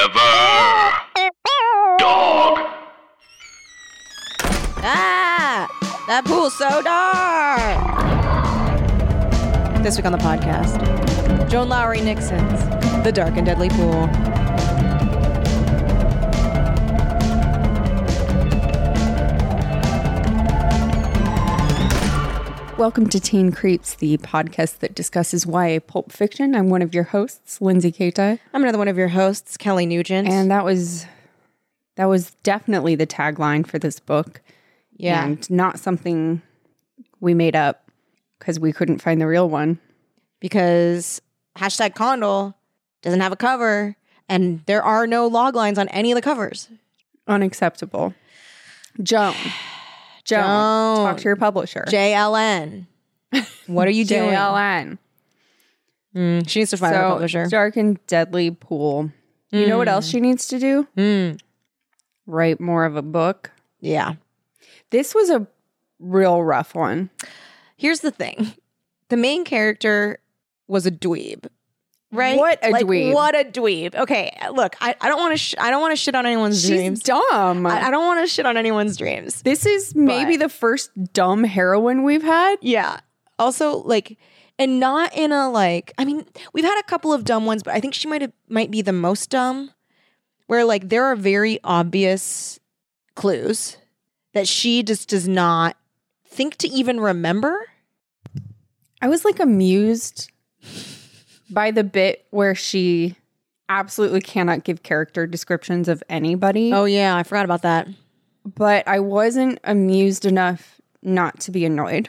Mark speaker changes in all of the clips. Speaker 1: Forever. Dog.
Speaker 2: Ah! That pool's so dark! This week on the podcast, Joan Lowry Nixon's The Dark and Deadly Pool.
Speaker 3: Welcome to Teen Creeps, the podcast that discusses YA pulp fiction. I'm one of your hosts, Lindsay Keita,
Speaker 2: I'm another one of your hosts, Kelly Nugent.
Speaker 3: and that was that was definitely the tagline for this book,
Speaker 2: yeah.
Speaker 3: and not something we made up because we couldn't find the real one.
Speaker 2: because hashtag Condal doesn't have a cover and there are no log lines on any of the covers.
Speaker 3: Unacceptable. Joan, Joan, talk to your publisher.
Speaker 2: JLN. What are you doing?
Speaker 3: JLN.
Speaker 2: Mm, she needs to find her
Speaker 3: So
Speaker 2: publisher.
Speaker 3: dark and deadly pool. You know what else she needs to do?
Speaker 2: Mm,
Speaker 3: Write more of a book.
Speaker 2: yeah.
Speaker 3: This was a real rough one.
Speaker 2: Here's the thing. The main character was a dweeb. Right?
Speaker 3: What a
Speaker 2: Like,
Speaker 3: dweeb.
Speaker 2: What a dweeb. Okay, look, I, I don't want to sh- I don't want to shit on anyone's
Speaker 3: She's
Speaker 2: dreams.
Speaker 3: dumb.
Speaker 2: I, I don't want to shit on anyone's dreams.
Speaker 3: this is maybe the first dumb heroine we've had.
Speaker 2: Yeah. Also, like, and not in a like. I mean, we've had a couple of dumb ones, but I think she might have might be the most dumb, where like there are very obvious clues that she just does not think to even remember.
Speaker 3: I was like amused by the bit where she absolutely cannot give character descriptions of anybody,
Speaker 2: yeah, I forgot about that.
Speaker 3: but I wasn't amused enough not to be annoyed.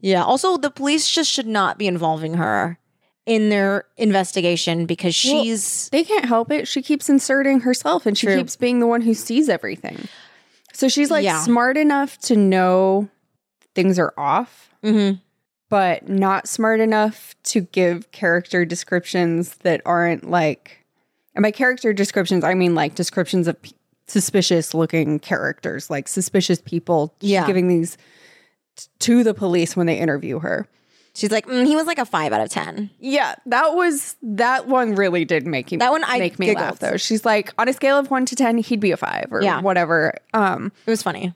Speaker 2: Yeah. Also, the police just should not be involving her in their investigation because
Speaker 3: Well,
Speaker 2: she's
Speaker 3: They can't help it. She keeps inserting herself and she
Speaker 2: True.
Speaker 3: keeps being the one who sees everything. So she's like
Speaker 2: Yeah.
Speaker 3: smart enough to know things are off.
Speaker 2: Mhm.
Speaker 3: but not smart enough to give character descriptions that aren't like and by character descriptions i mean like descriptions of p- suspicious looking characters like suspicious people She's
Speaker 2: Yeah.
Speaker 3: giving these t- to the police when they interview her
Speaker 2: she's like mm, he was like a five out of ten.
Speaker 3: yeah that was that one really did make me
Speaker 2: That one I
Speaker 3: make me laugh
Speaker 2: giggled.
Speaker 3: though she's like on a scale of 1 to 10 he'd be a 5 or
Speaker 2: Yeah.
Speaker 3: whatever um
Speaker 2: It was funny.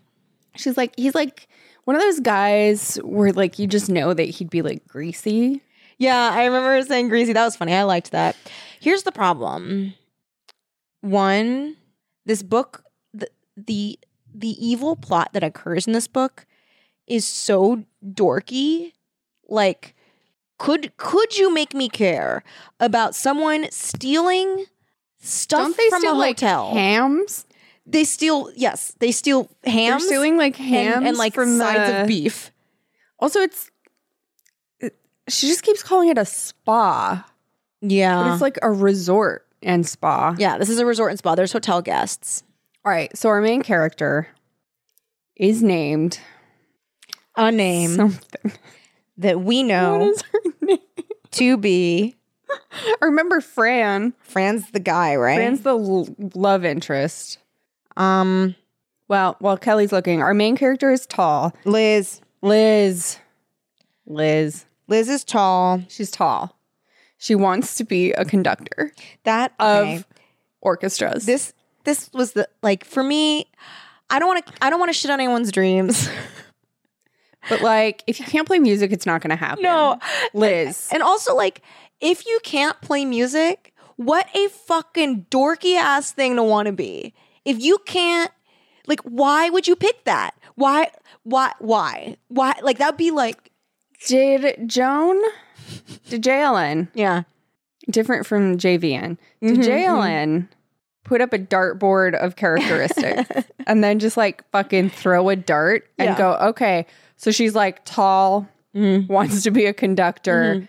Speaker 3: she's like he's like one of those guys where like you just know that he'd be like greasy
Speaker 2: Yeah, I remember saying greasy. That was funny. I liked that. Here's the problem. One, this book the the the evil plot that occurs in this book is so dorky. Like could could you make me care about someone stealing stuff
Speaker 3: Don't they
Speaker 2: from
Speaker 3: steal
Speaker 2: a hotel?
Speaker 3: like hams?
Speaker 2: they steal yes, they steal hams
Speaker 3: They're stealing like
Speaker 2: and,
Speaker 3: hams
Speaker 2: and, like
Speaker 3: from
Speaker 2: sides
Speaker 3: the,
Speaker 2: of beef.
Speaker 3: Also, it's it- she just keeps calling it a spa, but
Speaker 2: Yeah.
Speaker 3: it's like a resort and spa.
Speaker 2: Uh. yeah, this is a resort and spa. There's hotel guests.
Speaker 3: All right, so our main character is named
Speaker 2: A name.
Speaker 3: something.
Speaker 2: that we know
Speaker 3: What is her name?
Speaker 2: to be
Speaker 3: I remember Fran.
Speaker 2: Fran's the guy, right?
Speaker 3: Fran's the l- love interest.
Speaker 2: um
Speaker 3: Well, while Kelly's looking, our main character is tall.
Speaker 2: Liz.
Speaker 3: Liz. Liz.
Speaker 2: Liz is tall.
Speaker 3: She's tall. She wants to be a conductor
Speaker 2: That
Speaker 3: of
Speaker 2: okay.
Speaker 3: orchestras.
Speaker 2: this this was the like for me I don't want to I don't want to shit on anyone's dreams.
Speaker 3: But like, if you can't play music, it's not going to happen.
Speaker 2: No.
Speaker 3: Liz.
Speaker 2: and also like if you can't play music, what a fucking dorky ass thing to want to be. If you can't like why would you pick that? Why why why? Why like that'd be like
Speaker 3: Did Joan? Did JLN
Speaker 2: yeah.
Speaker 3: different from JVN?
Speaker 2: Mm-hmm,
Speaker 3: Did JLN put up a dartboard of characteristics and then just like fucking throw a dart and
Speaker 2: Yeah.
Speaker 3: go, okay, so she's like tall,
Speaker 2: mm-hmm.
Speaker 3: wants to be a conductor,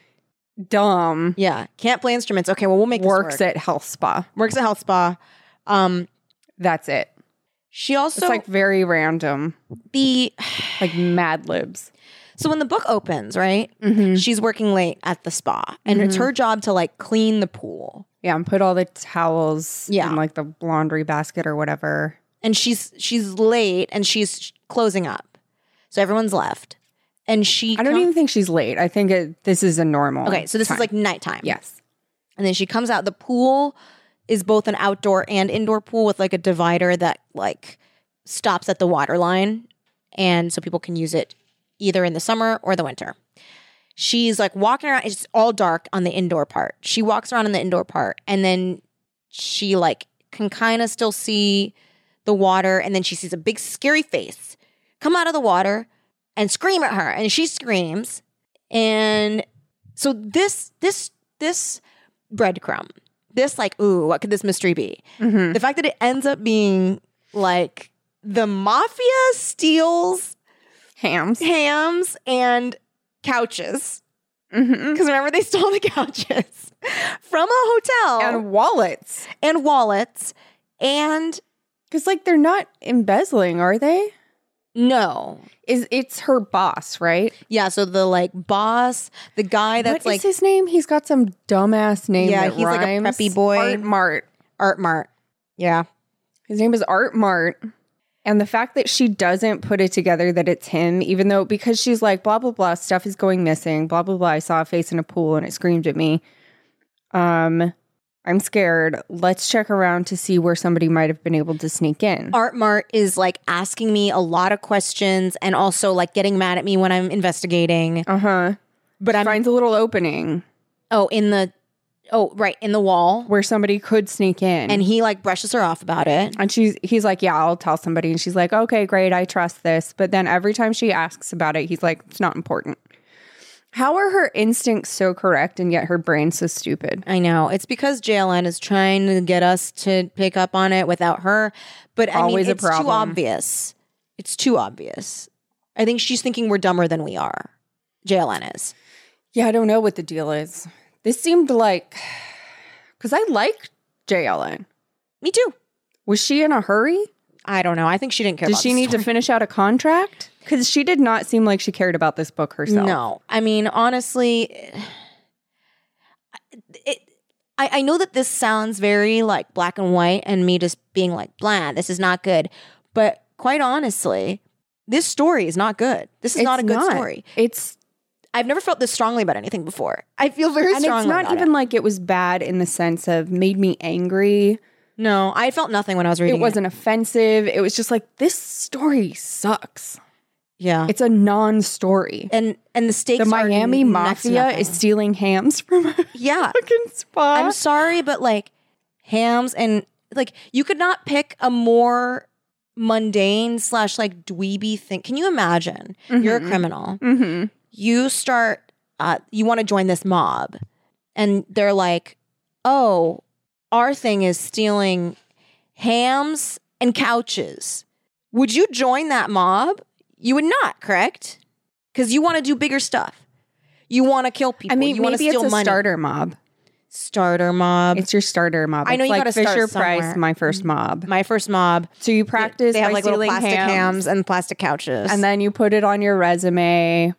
Speaker 3: dumb,
Speaker 2: Yeah, can't play instruments. Okay, well we'll make this work.
Speaker 3: works at health spa.
Speaker 2: works at health spa. Um,
Speaker 3: That's it.
Speaker 2: she also
Speaker 3: It's like very random,
Speaker 2: the
Speaker 3: like Mad Libs.
Speaker 2: so when the book opens, right?
Speaker 3: Mm-hmm.
Speaker 2: She's working late at the spa, and it's her job to like clean the pool.
Speaker 3: Yeah, and put all the towels
Speaker 2: Yeah.
Speaker 3: in like the laundry basket or whatever.
Speaker 2: And she's she's late, and she's sh- closing up, so everyone's left, and she
Speaker 3: I don't
Speaker 2: come-
Speaker 3: even think she's late. I think it, this is a normal.
Speaker 2: okay. So this
Speaker 3: time.
Speaker 2: is like nighttime.
Speaker 3: yes,
Speaker 2: and then she comes out. The pool is both an outdoor and indoor pool with like a divider that like stops at the water line and so people can use it either in the summer or the winter. She's like walking around it's all dark on the indoor part. She walks around in the indoor part and then she like can kind of still see the water and then she sees a big scary face come out of the water and scream at her and she screams and so this this this breadcrumb this like ooh what could this mystery be
Speaker 3: Mhm.
Speaker 2: the fact that it ends up being like the mafia steals
Speaker 3: Hams.
Speaker 2: hams and couches
Speaker 3: Mhm.
Speaker 2: because remember they stole the couches from a hotel and,
Speaker 3: And wallets.
Speaker 2: wallets and
Speaker 3: Because, like, they're not embezzling, are they?
Speaker 2: no
Speaker 3: Is It's her boss, right?
Speaker 2: yeah so the like boss the guy that's
Speaker 3: What's
Speaker 2: like
Speaker 3: his name? He's got some dumbass name.
Speaker 2: Yeah,
Speaker 3: that
Speaker 2: he's like a
Speaker 3: rhymes.
Speaker 2: preppy boy.
Speaker 3: Art Mart.
Speaker 2: art mart yeah
Speaker 3: His name is Art Mart. And the fact that she doesn't put it together that it's him, even though because she's like, blah, blah, blah, stuff is going missing, blah, blah, blah. I saw a face in a pool and it screamed at me. Um, I'm scared. Let's check around to see where somebody might have been able to sneak in.
Speaker 2: Art Mart is like asking me a lot of questions and also like getting mad at me when I'm investigating.
Speaker 3: Uh huh.
Speaker 2: But I'm
Speaker 3: Finds a little opening
Speaker 2: oh in the oh right in the wall,
Speaker 3: where somebody could sneak in.
Speaker 2: and he like brushes her off about it.
Speaker 3: And she's he's like, Yeah, I'll tell somebody. And she's like, Okay, great, I trust this. But then every time she asks about it, he's like, It's not important. How are her instincts so correct and yet her brain so stupid?
Speaker 2: I know it's because JLN is trying to get us to pick up on it without her. But I
Speaker 3: Always a
Speaker 2: mean, it's too
Speaker 3: problem.
Speaker 2: obvious. It's too obvious. I think she's thinking we're dumber than we are. JLN is.
Speaker 3: Yeah, I don't know what the deal is. This seemed like because I like JLN.
Speaker 2: Me too.
Speaker 3: Was she in a hurry?
Speaker 2: I don't know. I think she didn't care.
Speaker 3: Did
Speaker 2: about
Speaker 3: she
Speaker 2: the
Speaker 3: need to finish out a contract? Because she did not seem like she cared about this book herself.
Speaker 2: No, I mean honestly, it. I, I know that this sounds very like black and white, and me just being like, "Blah, this is not good." But quite honestly, this story is not good. This is not a
Speaker 3: It's
Speaker 2: good story.
Speaker 3: It's
Speaker 2: I've never felt this strongly about anything before. I feel very
Speaker 3: and
Speaker 2: strongly.
Speaker 3: it's not
Speaker 2: about
Speaker 3: even
Speaker 2: it.
Speaker 3: like it was bad in the sense of made me angry.
Speaker 2: No, I felt nothing when I was reading.
Speaker 3: it wasn't offensive. It was just like this story sucks.
Speaker 2: Yeah,
Speaker 3: It's a non-story.
Speaker 2: and and the stakes.
Speaker 3: The
Speaker 2: are
Speaker 3: Miami
Speaker 2: next to
Speaker 3: mafia
Speaker 2: nothing.
Speaker 3: is stealing hams from a
Speaker 2: Yeah,
Speaker 3: fucking spot.
Speaker 2: I'm sorry, but like hams and like you could not pick a more mundane slash like dweeby thing. Can you imagine? You're a criminal.
Speaker 3: Mm-hmm.
Speaker 2: You start. Uh, you want to join this mob, and they're like, "Oh, our thing is stealing hams and couches. Would you join that mob? You would not, correct? Because you want to do bigger stuff. You want to kill people.
Speaker 3: I mean,
Speaker 2: you want to
Speaker 3: maybe it's
Speaker 2: steal
Speaker 3: a
Speaker 2: money.
Speaker 3: starter mob.
Speaker 2: starter mob.
Speaker 3: It's your starter mob.
Speaker 2: I know you
Speaker 3: It's like
Speaker 2: gotta start
Speaker 3: Fisher
Speaker 2: somewhere.
Speaker 3: Price, my first mob.
Speaker 2: my first mob.
Speaker 3: So you practice.
Speaker 2: they have
Speaker 3: by
Speaker 2: like little
Speaker 3: stealing
Speaker 2: plastic hams. and plastic couches.
Speaker 3: and then you put it on your resume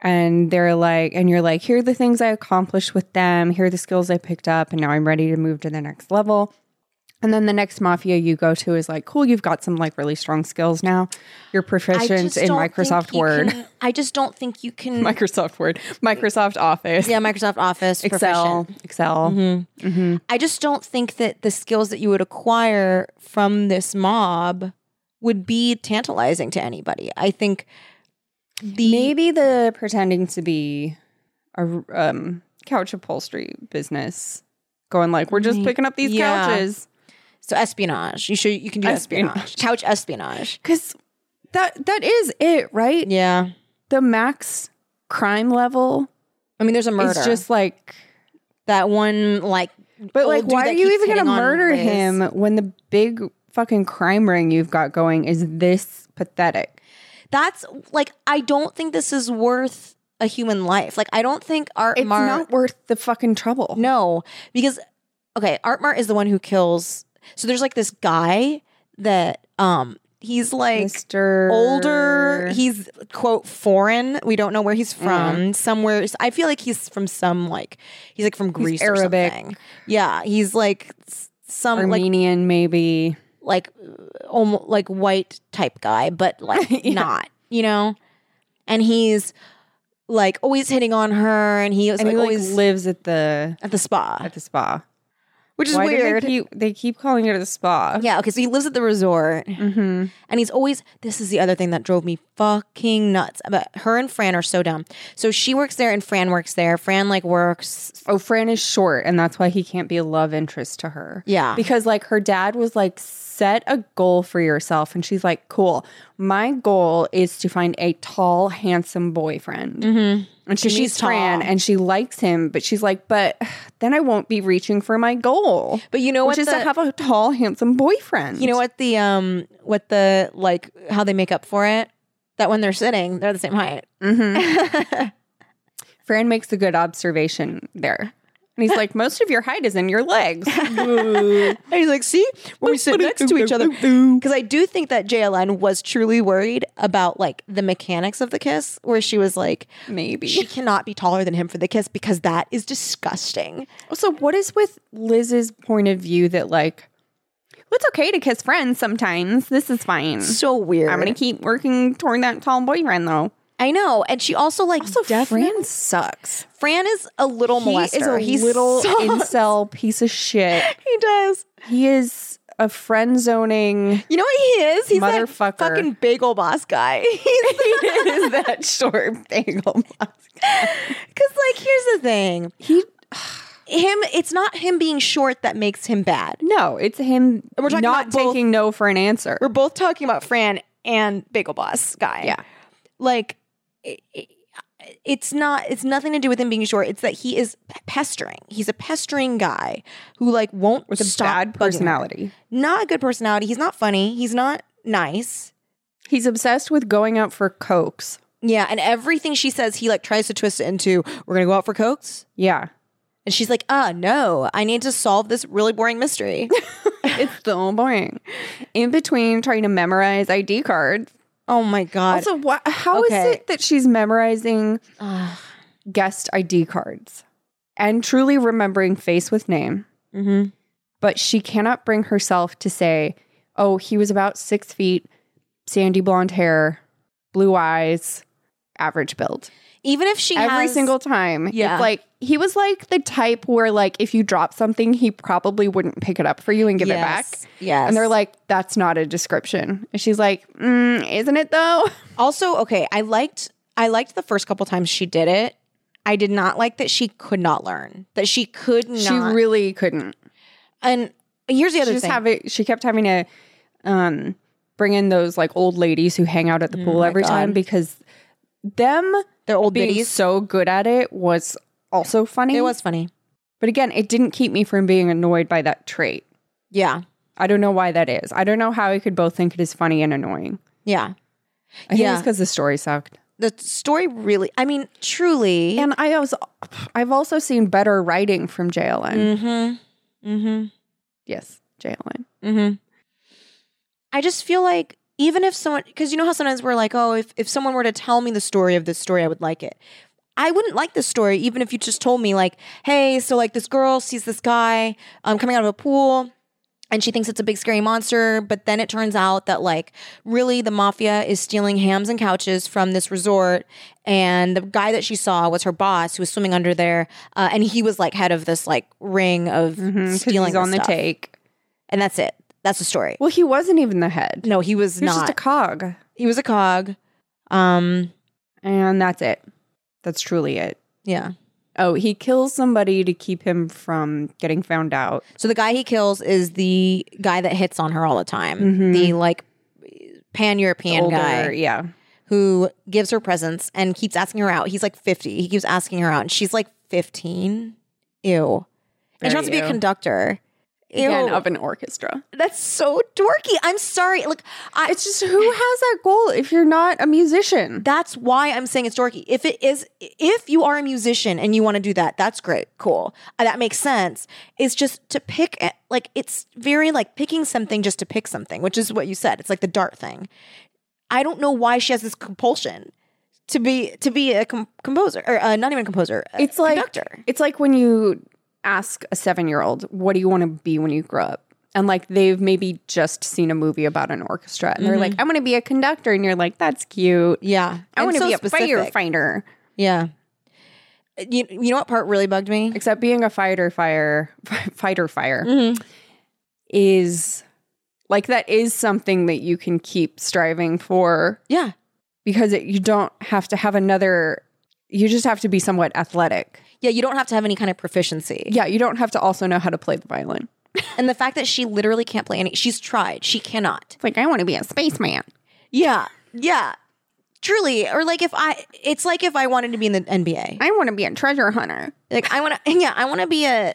Speaker 3: and they're like and you're like here are the things i accomplished with them here are the skills i picked up and now i'm ready to move to the next level and then the next mafia you go to is like cool you've got some like really strong skills now you're
Speaker 2: I
Speaker 3: proficient
Speaker 2: just
Speaker 3: in
Speaker 2: don't think
Speaker 3: microsoft
Speaker 2: you
Speaker 3: word
Speaker 2: can- I just don't think you can.
Speaker 3: microsoft word microsoft office
Speaker 2: yeah, Microsoft Office,
Speaker 3: excel
Speaker 2: proficient. Mm-hmm.
Speaker 3: excel
Speaker 2: I just don't think that the skills that you would acquire from this mob would be tantalizing to anybody. I think the
Speaker 3: maybe the pretending to be a um, couch upholstery business going like we're just picking up these
Speaker 2: Yeah.
Speaker 3: couches
Speaker 2: so espionage. You should you can do espionage,
Speaker 3: Espionage.
Speaker 2: couch espionage.
Speaker 3: Cause that that is it, right?
Speaker 2: Yeah,
Speaker 3: The max crime level
Speaker 2: I mean, there's a murder.
Speaker 3: is just like
Speaker 2: that one like.
Speaker 3: but
Speaker 2: old
Speaker 3: like
Speaker 2: dude
Speaker 3: why
Speaker 2: that
Speaker 3: are you
Speaker 2: keeps
Speaker 3: even gonna
Speaker 2: hitting on
Speaker 3: murder
Speaker 2: Liz.
Speaker 3: him when the big fucking crime ring you've got going is this pathetic?
Speaker 2: That's like I don't think this is worth a human life. Like I don't think Art
Speaker 3: It's
Speaker 2: Mar-
Speaker 3: not worth the fucking trouble.
Speaker 2: No, because okay, Artmart is the one who kills. So there's like this guy that um he's like
Speaker 3: Mr.
Speaker 2: older. He's quote foreign. We don't know where
Speaker 3: Mm.
Speaker 2: he's from. Somewhere I feel like he's from some like he's like from Greece or
Speaker 3: Arabic.
Speaker 2: something. Yeah, he's like s- some
Speaker 3: Armenian, maybe.
Speaker 2: like like almost like white type guy, but like not. You know, and he's like always hitting on her, and he was
Speaker 3: And
Speaker 2: like
Speaker 3: he like,
Speaker 2: always
Speaker 3: lives at the
Speaker 2: at the spa.
Speaker 3: at the spa.
Speaker 2: which is
Speaker 3: Why do
Speaker 2: weird.
Speaker 3: They keep, they keep calling it a spa.
Speaker 2: yeah, okay, so he lives at the resort
Speaker 3: Mm-hmm.
Speaker 2: and he's always this is the other thing that drove me fucking nuts. But her and Fran are so dumb. So she works there and Fran works there. Fran like works
Speaker 3: Oh, Fran is short, and that's why he can't be a love interest to her.
Speaker 2: Yeah.
Speaker 3: Because, like, her dad was like, set a goal for yourself. And she's like, cool. My goal is to find a tall, handsome boyfriend. And she
Speaker 2: She's
Speaker 3: she's Fran,
Speaker 2: Mm-hmm. tall.
Speaker 3: and she likes him, but she's like, but then I won't be reaching for my goal.
Speaker 2: But you know
Speaker 3: which
Speaker 2: what
Speaker 3: is
Speaker 2: the-
Speaker 3: to have a tall, handsome boyfriend.
Speaker 2: You know what the um what the like how they make up for it? That when they're sitting, they're the same height.
Speaker 3: Fran makes a good observation there. And he's like, most of your height is in your legs.
Speaker 2: And he's like, see, when we sit next to each other. Because I do think that JLN was truly worried about like the mechanics of the kiss, where she was like, she
Speaker 3: Maybe.
Speaker 2: cannot be taller than him for the kiss because that is disgusting.
Speaker 3: Also, what is with Liz's point of view that, like, well, it's okay to kiss friends sometimes. This is fine.
Speaker 2: So weird.
Speaker 3: I'm going to keep working toward that tall boyfriend, though.
Speaker 2: I know. And she also like
Speaker 3: Also,
Speaker 2: definitely-
Speaker 3: Fran sucks.
Speaker 2: Fran is a little
Speaker 3: He
Speaker 2: molester.
Speaker 3: is a
Speaker 2: He's
Speaker 3: little
Speaker 2: so-
Speaker 3: incel piece of shit.
Speaker 2: he does.
Speaker 3: He is a friend zoning.
Speaker 2: You know what he is? He's that
Speaker 3: Motherfucker.
Speaker 2: fucking bagel boss guy. He's
Speaker 3: is that short bagel?
Speaker 2: Because, like, here's the thing. He, him, it's not him being short that makes him bad.
Speaker 3: No, it's him
Speaker 2: We're talking
Speaker 3: not
Speaker 2: about both-
Speaker 3: taking no for an answer.
Speaker 2: We're both talking about Fran and Bagel Boss guy.
Speaker 3: Yeah.
Speaker 2: Like, it, it- it's not, it's nothing to do with him being short. It's that he is pestering. He's a pestering guy who, like, won't
Speaker 3: with a
Speaker 2: stop
Speaker 3: bad
Speaker 2: bugging her.
Speaker 3: personality.
Speaker 2: Not a good personality. He's not funny. He's not nice.
Speaker 3: He's obsessed with going out for cokes.
Speaker 2: Yeah. And everything she says, he, like, tries to twist it into, we're going to go out for Cokes.
Speaker 3: Yeah.
Speaker 2: And she's like, uh, no, I need to solve this really boring mystery.
Speaker 3: It's so boring. In between trying to memorize ID cards.
Speaker 2: Oh my god.
Speaker 3: Also, wha- how is
Speaker 2: Okay.
Speaker 3: it that she's memorizing
Speaker 2: Ugh.
Speaker 3: guest ID cards and truly remembering face with name,
Speaker 2: Mhm.
Speaker 3: but she cannot bring herself to say, oh, he was about six feet, sandy blonde hair, blue eyes, average build.
Speaker 2: Even if she
Speaker 3: every
Speaker 2: has,
Speaker 3: single time.
Speaker 2: Yeah.
Speaker 3: It's like he was like the type where like if you drop something, he probably wouldn't pick it up for you and give it back.
Speaker 2: yes, Yes.
Speaker 3: And they're like, that's not a description. And she's like, mm, isn't it though?
Speaker 2: also okay. I liked I liked the first couple times she did it. I did not like that she could not learn. That she could not.
Speaker 3: She really couldn't.
Speaker 2: and here's the
Speaker 3: She
Speaker 2: other
Speaker 3: just
Speaker 2: thing.
Speaker 3: have it, she kept having to um, bring in those like old ladies who hang out at the pool every
Speaker 2: Mm, God.
Speaker 3: time because them
Speaker 2: They're old
Speaker 3: being
Speaker 2: biddies.
Speaker 3: so good at it was also funny.
Speaker 2: it was funny.
Speaker 3: but again, it didn't keep me from being annoyed by that trait.
Speaker 2: Yeah.
Speaker 3: I don't know why that is. I don't know how I could both think it is funny and annoying.
Speaker 2: Yeah.
Speaker 3: I think
Speaker 2: Yeah.
Speaker 3: it's because the story sucked.
Speaker 2: The story really. I mean, truly.
Speaker 3: And I also, I've also seen better writing from JLN.
Speaker 2: Mm. mm-hmm. Mm-hmm.
Speaker 3: Yes, JLN.
Speaker 2: Mm-hmm. I just feel like even if someone, because you know how sometimes we're like, oh, if, if someone were to tell me the story of this story, I would like it. I wouldn't like this story, even if you just told me, like, hey, so like this girl sees this guy um, coming out of a pool and she thinks it's a big scary monster. But then it turns out that, like, really the mafia is stealing hams and couches from this resort. And the guy that she saw was her boss who was swimming under there. Uh, and he was like head of this, like, ring of stealing
Speaker 3: Mm-hmm, he's on the
Speaker 2: stuff.
Speaker 3: take.
Speaker 2: And that's it. That's the story.
Speaker 3: Well, he wasn't even the head.
Speaker 2: No, he was
Speaker 3: he was
Speaker 2: not.
Speaker 3: just a cog,
Speaker 2: he was a cog. Um,
Speaker 3: and that's it. That's truly it.
Speaker 2: yeah.
Speaker 3: Oh, he kills somebody to keep him from getting found out.
Speaker 2: So the guy he kills is the guy that hits on her all the time.
Speaker 3: Mhm.
Speaker 2: The like pan European
Speaker 3: Older-
Speaker 2: guy
Speaker 3: yeah.
Speaker 2: who gives her presents and keeps asking her out. He's like 50. He keeps asking her out and she's like 15. Ew. and she
Speaker 3: Very
Speaker 2: wants to be a
Speaker 3: ew.
Speaker 2: conductor. Ew.
Speaker 3: Again, of an orchestra.
Speaker 2: That's so dorky. I'm sorry. Like I
Speaker 3: It's just who has that goal if you're not a musician?
Speaker 2: That's why I'm saying it's dorky. If it is, if you are a musician and you want to do that, that's great, cool, Uh, that makes sense. It's just to pick, a- like it's very like picking something just to pick something, which is what you said. It's like the dart thing. I don't know why she has this compulsion to be to be a com- composer or uh, not even a composer. a
Speaker 3: It's like
Speaker 2: conductor.
Speaker 3: It's like when you ask a seven year old, what do you want to be when you grow up? And like they've maybe just seen a movie about an orchestra and they're like, I want to be a conductor. And you're like, that's cute.
Speaker 2: Yeah,
Speaker 3: I
Speaker 2: Mm-hmm. And
Speaker 3: want to
Speaker 2: so
Speaker 3: be a
Speaker 2: specific.
Speaker 3: firefighter.
Speaker 2: Yeah. You, you know what part really bugged me?
Speaker 3: Except being a fighter fire, fighter fire
Speaker 2: Mhm.
Speaker 3: is like that is something that you can keep striving for
Speaker 2: Yeah.
Speaker 3: because it, you don't have to have another. You just have to be somewhat athletic.
Speaker 2: Yeah, you don't have to have any kind of proficiency.
Speaker 3: Yeah, you don't have to also know how to play the violin.
Speaker 2: And the fact that she literally can't play any, she's tried. She cannot.
Speaker 3: It's like I want to be a spaceman.
Speaker 2: Yeah. Yeah. Truly. Or like if I, it's like if I wanted to be in the NBA.
Speaker 3: I want to be a treasure hunter.
Speaker 2: Like I want to, yeah, I want to be a,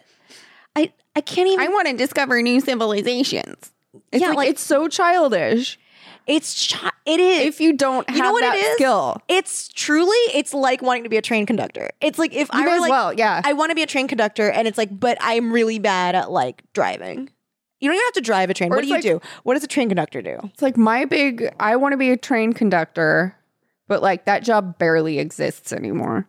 Speaker 2: I, I can't even,
Speaker 3: want to discover new civilizations. It's
Speaker 2: Yeah,
Speaker 3: like,
Speaker 2: like-
Speaker 3: it's so childish.
Speaker 2: it's, chi- it is.
Speaker 3: If you don't have
Speaker 2: you know what
Speaker 3: that
Speaker 2: it is?
Speaker 3: skill,
Speaker 2: It's truly, it's like wanting to be a train conductor. It's like if
Speaker 3: you
Speaker 2: I
Speaker 3: may
Speaker 2: were
Speaker 3: as
Speaker 2: like,
Speaker 3: well. Yeah,
Speaker 2: I want to be a train conductor, and it's like, but I'm really bad at like driving. You don't even have to drive a train.
Speaker 3: Or
Speaker 2: what do you
Speaker 3: it's
Speaker 2: do? What does a train conductor do?
Speaker 3: it's like my big. I want to be a train conductor, but like that job barely exists anymore.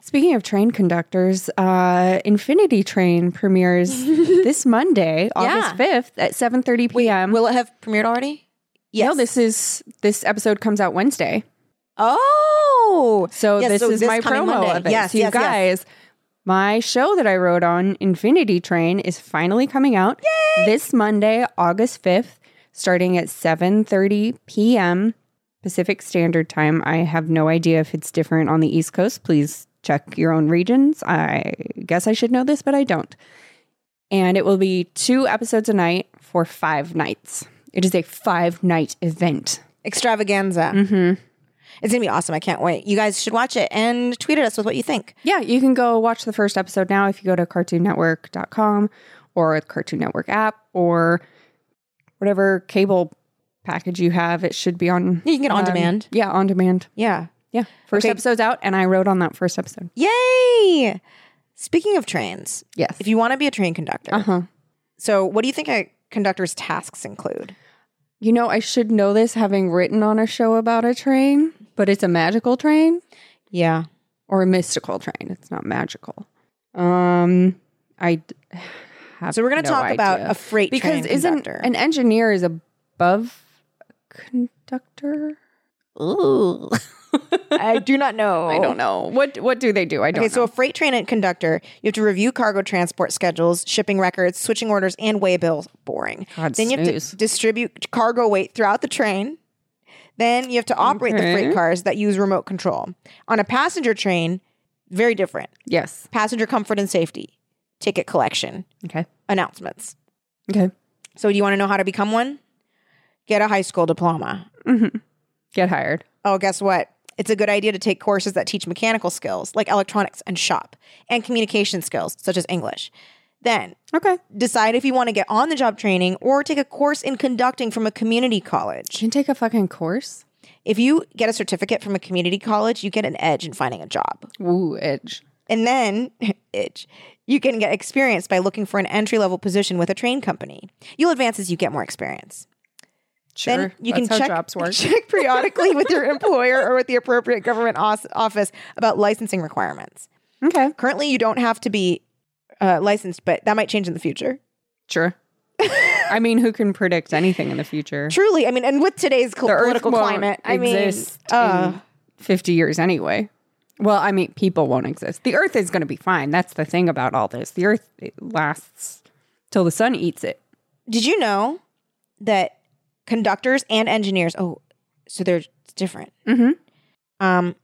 Speaker 3: Speaking of train conductors, uh, Infinity Train premieres this Monday, August fifth at seven thirty p.m.
Speaker 2: Will it have premiered already? Yes.
Speaker 3: No, this is this episode comes out Wednesday.
Speaker 2: Oh,
Speaker 3: So
Speaker 2: Yes,
Speaker 3: this
Speaker 2: so
Speaker 3: is
Speaker 2: this
Speaker 3: my
Speaker 2: coming
Speaker 3: promo
Speaker 2: Monday.
Speaker 3: of it.
Speaker 2: Yes,
Speaker 3: So you
Speaker 2: yes, yes.
Speaker 3: guys, my show that I wrote on Infinity Train is finally coming out this Monday, August 5th, starting at 7:30 p.m. Pacific Standard Time. I have no idea if it's different on the East Coast. Please check your own regions. I guess I should know this, but I don't. And it will be two episodes a night for 5 nights. It is a 5-night event.
Speaker 2: extravaganza!
Speaker 3: Mhm.
Speaker 2: It's gonna be awesome. I can't wait. You guys should watch it and tweet at us with what you think.
Speaker 3: Yeah, you can go watch the first episode now if you go to cartoonnetwork.com or the Cartoon Network app or whatever cable package you have. It should be on.
Speaker 2: You can get on
Speaker 3: um,
Speaker 2: demand.
Speaker 3: Yeah, on demand.
Speaker 2: Yeah.
Speaker 3: Yeah. First
Speaker 2: Okay.
Speaker 3: episode's out, and I wrote on that first episode.
Speaker 2: Yay! Speaking of trains,
Speaker 3: Yes.
Speaker 2: if you want to be a train conductor,
Speaker 3: uh huh.
Speaker 2: so what do you think a conductor's tasks include?
Speaker 3: You know, I should know this having written on a show about a train, but it's a magical train
Speaker 2: Yeah.
Speaker 3: or a mystical train. It's not magical. Um, I. d- Have
Speaker 2: So we're gonna
Speaker 3: no
Speaker 2: talk about
Speaker 3: idea.
Speaker 2: a freight
Speaker 3: because
Speaker 2: train
Speaker 3: isn't
Speaker 2: conductor.
Speaker 3: an engineer is above a conductor?
Speaker 2: Ooh. I do not know.
Speaker 3: I don't know what what do they do. I don't.
Speaker 2: Okay, so
Speaker 3: know.
Speaker 2: a freight train and conductor, you have to review cargo transport schedules, shipping records, switching orders, and weigh bills. Boring.
Speaker 3: God,
Speaker 2: then you have
Speaker 3: snooze.
Speaker 2: to distribute cargo weight throughout the train. Then you have to operate the
Speaker 3: Okay.
Speaker 2: freight cars that use remote control. On a passenger train, very different.
Speaker 3: yes.
Speaker 2: Passenger comfort and safety, ticket collection,
Speaker 3: Okay.
Speaker 2: announcements.
Speaker 3: Okay.
Speaker 2: So, do you want to know how to become one? Get a high school diploma.
Speaker 3: Get hired.
Speaker 2: Oh, guess what? It's a good idea to take courses that teach mechanical skills like electronics and shop and communication skills such as English. Then
Speaker 3: Okay.
Speaker 2: decide if you want to get on the job training or take a course in conducting from a community college.
Speaker 3: Can take a fucking course.
Speaker 2: If you get a certificate from a community college, you get an edge in finding a job.
Speaker 3: Ooh, edge.
Speaker 2: And then, itch, you can get experience by looking for an entry level position with a train company. You'll advance as you get more experience.
Speaker 3: Sure.
Speaker 2: Then you can
Speaker 3: That's how
Speaker 2: check,
Speaker 3: jobs work.
Speaker 2: check periodically with your employer or with the appropriate government os- office about licensing requirements.
Speaker 3: Okay.
Speaker 2: Currently, you don't have to be uh, licensed, but that might change in the future.
Speaker 3: Sure. I mean, who can predict anything in the future?
Speaker 2: Truly, I mean, and with today's cl-
Speaker 3: The Earth
Speaker 2: political
Speaker 3: won't
Speaker 2: climate, I mean,
Speaker 3: exist
Speaker 2: uh,
Speaker 3: in fifty years anyway. Well, I mean, people won't exist. The Earth is going to be fine. That's the thing about all this. The Earth it lasts till the sun eats it.
Speaker 2: did you know that conductors and engineers? Oh, so they're different.
Speaker 3: Mm-hmm.
Speaker 2: Um,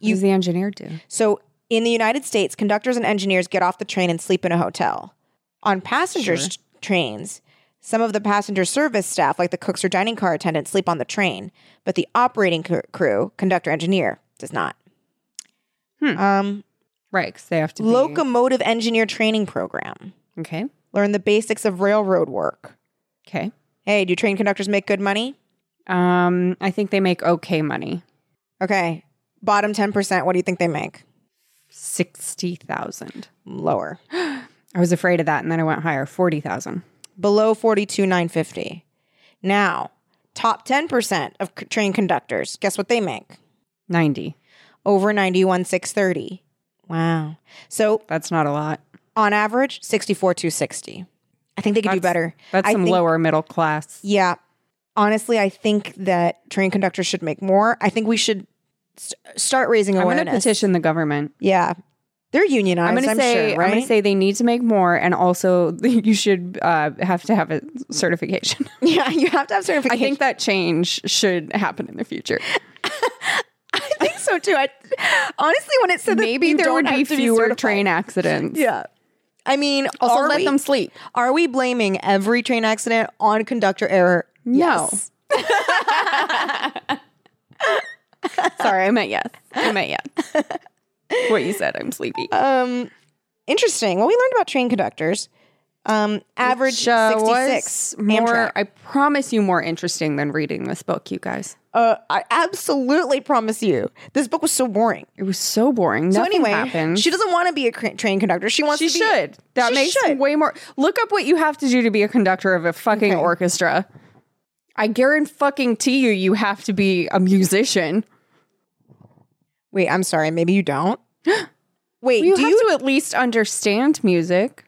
Speaker 3: What does the engineer do?
Speaker 2: So in the United States, conductors and engineers get off the train and sleep in a hotel. On passenger
Speaker 3: Sure.
Speaker 2: s- trains, some of the passenger service staff, like the cooks or dining car attendants, sleep on the train, but the operating cr- crew, conductor engineer, does not.
Speaker 3: Hmm.
Speaker 2: Um,
Speaker 3: Right, because they have to be
Speaker 2: locomotive engineer training program.
Speaker 3: Okay.
Speaker 2: Learn the basics of railroad work.
Speaker 3: Okay.
Speaker 2: Hey, do train conductors make good money?
Speaker 3: Um, I think they make okay money.
Speaker 2: Okay. Bottom 10%, what do you think they make?
Speaker 3: Sixty thousand.
Speaker 2: Lower.
Speaker 3: I was afraid of that, and then I went higher. Forty thousand.
Speaker 2: below 42,950. Now, top 10% of c- train conductors, guess what they make?
Speaker 3: Ninety.
Speaker 2: Over 91,630. Wow. So,
Speaker 3: That's not a lot.
Speaker 2: on average, 64,260. I think they could do better.
Speaker 3: That's
Speaker 2: I
Speaker 3: some
Speaker 2: think-
Speaker 3: lower middle class.
Speaker 2: Yeah. Honestly, I think that train conductors should make more. I think we should S- start raising
Speaker 3: I'm
Speaker 2: awareness.
Speaker 3: going to petition the government.
Speaker 2: Yeah, they're unionized.
Speaker 3: I'm
Speaker 2: I'm
Speaker 3: going to say
Speaker 2: sure, right?
Speaker 3: I'm going to say they need to make more, and also you should uh, have to have a certification.
Speaker 2: yeah, you have to have
Speaker 3: I
Speaker 2: certification.
Speaker 3: think that change should happen in the future.
Speaker 2: I think so too. I honestly, when it said that
Speaker 3: Maybe
Speaker 2: you
Speaker 3: there
Speaker 2: don't
Speaker 3: would be
Speaker 2: have to
Speaker 3: fewer
Speaker 2: certified-
Speaker 3: train accidents.
Speaker 2: Yeah, I mean,
Speaker 3: Also,
Speaker 2: are
Speaker 3: let
Speaker 2: we,
Speaker 3: them sleep.
Speaker 2: Are we blaming every train accident on conductor error?
Speaker 3: No. Sorry, I meant yes. I meant yes. what you said, I'm sleepy.
Speaker 2: Um, interesting. Well, we learned about train conductors. Um, average
Speaker 3: Which, uh,
Speaker 2: sixty-six.
Speaker 3: was more.
Speaker 2: Amtrak.
Speaker 3: I promise you, more interesting than reading this book, you guys.
Speaker 2: Uh, I absolutely promise you, this book was so boring.
Speaker 3: It was so boring.
Speaker 2: So
Speaker 3: Nothing
Speaker 2: anyway,
Speaker 3: happened.
Speaker 2: she doesn't want to be a cra- train conductor. She wants
Speaker 3: She
Speaker 2: to be.
Speaker 3: should. That
Speaker 2: She
Speaker 3: makes
Speaker 2: should.
Speaker 3: way more. Look up what you have to do to be a conductor of a fucking
Speaker 2: Okay.
Speaker 3: orchestra. I guarantee fucking to you, you have to be a musician.
Speaker 2: Wait, I'm sorry. Maybe you don't. Wait,
Speaker 3: You
Speaker 2: do
Speaker 3: have
Speaker 2: you?
Speaker 3: to at least understand music.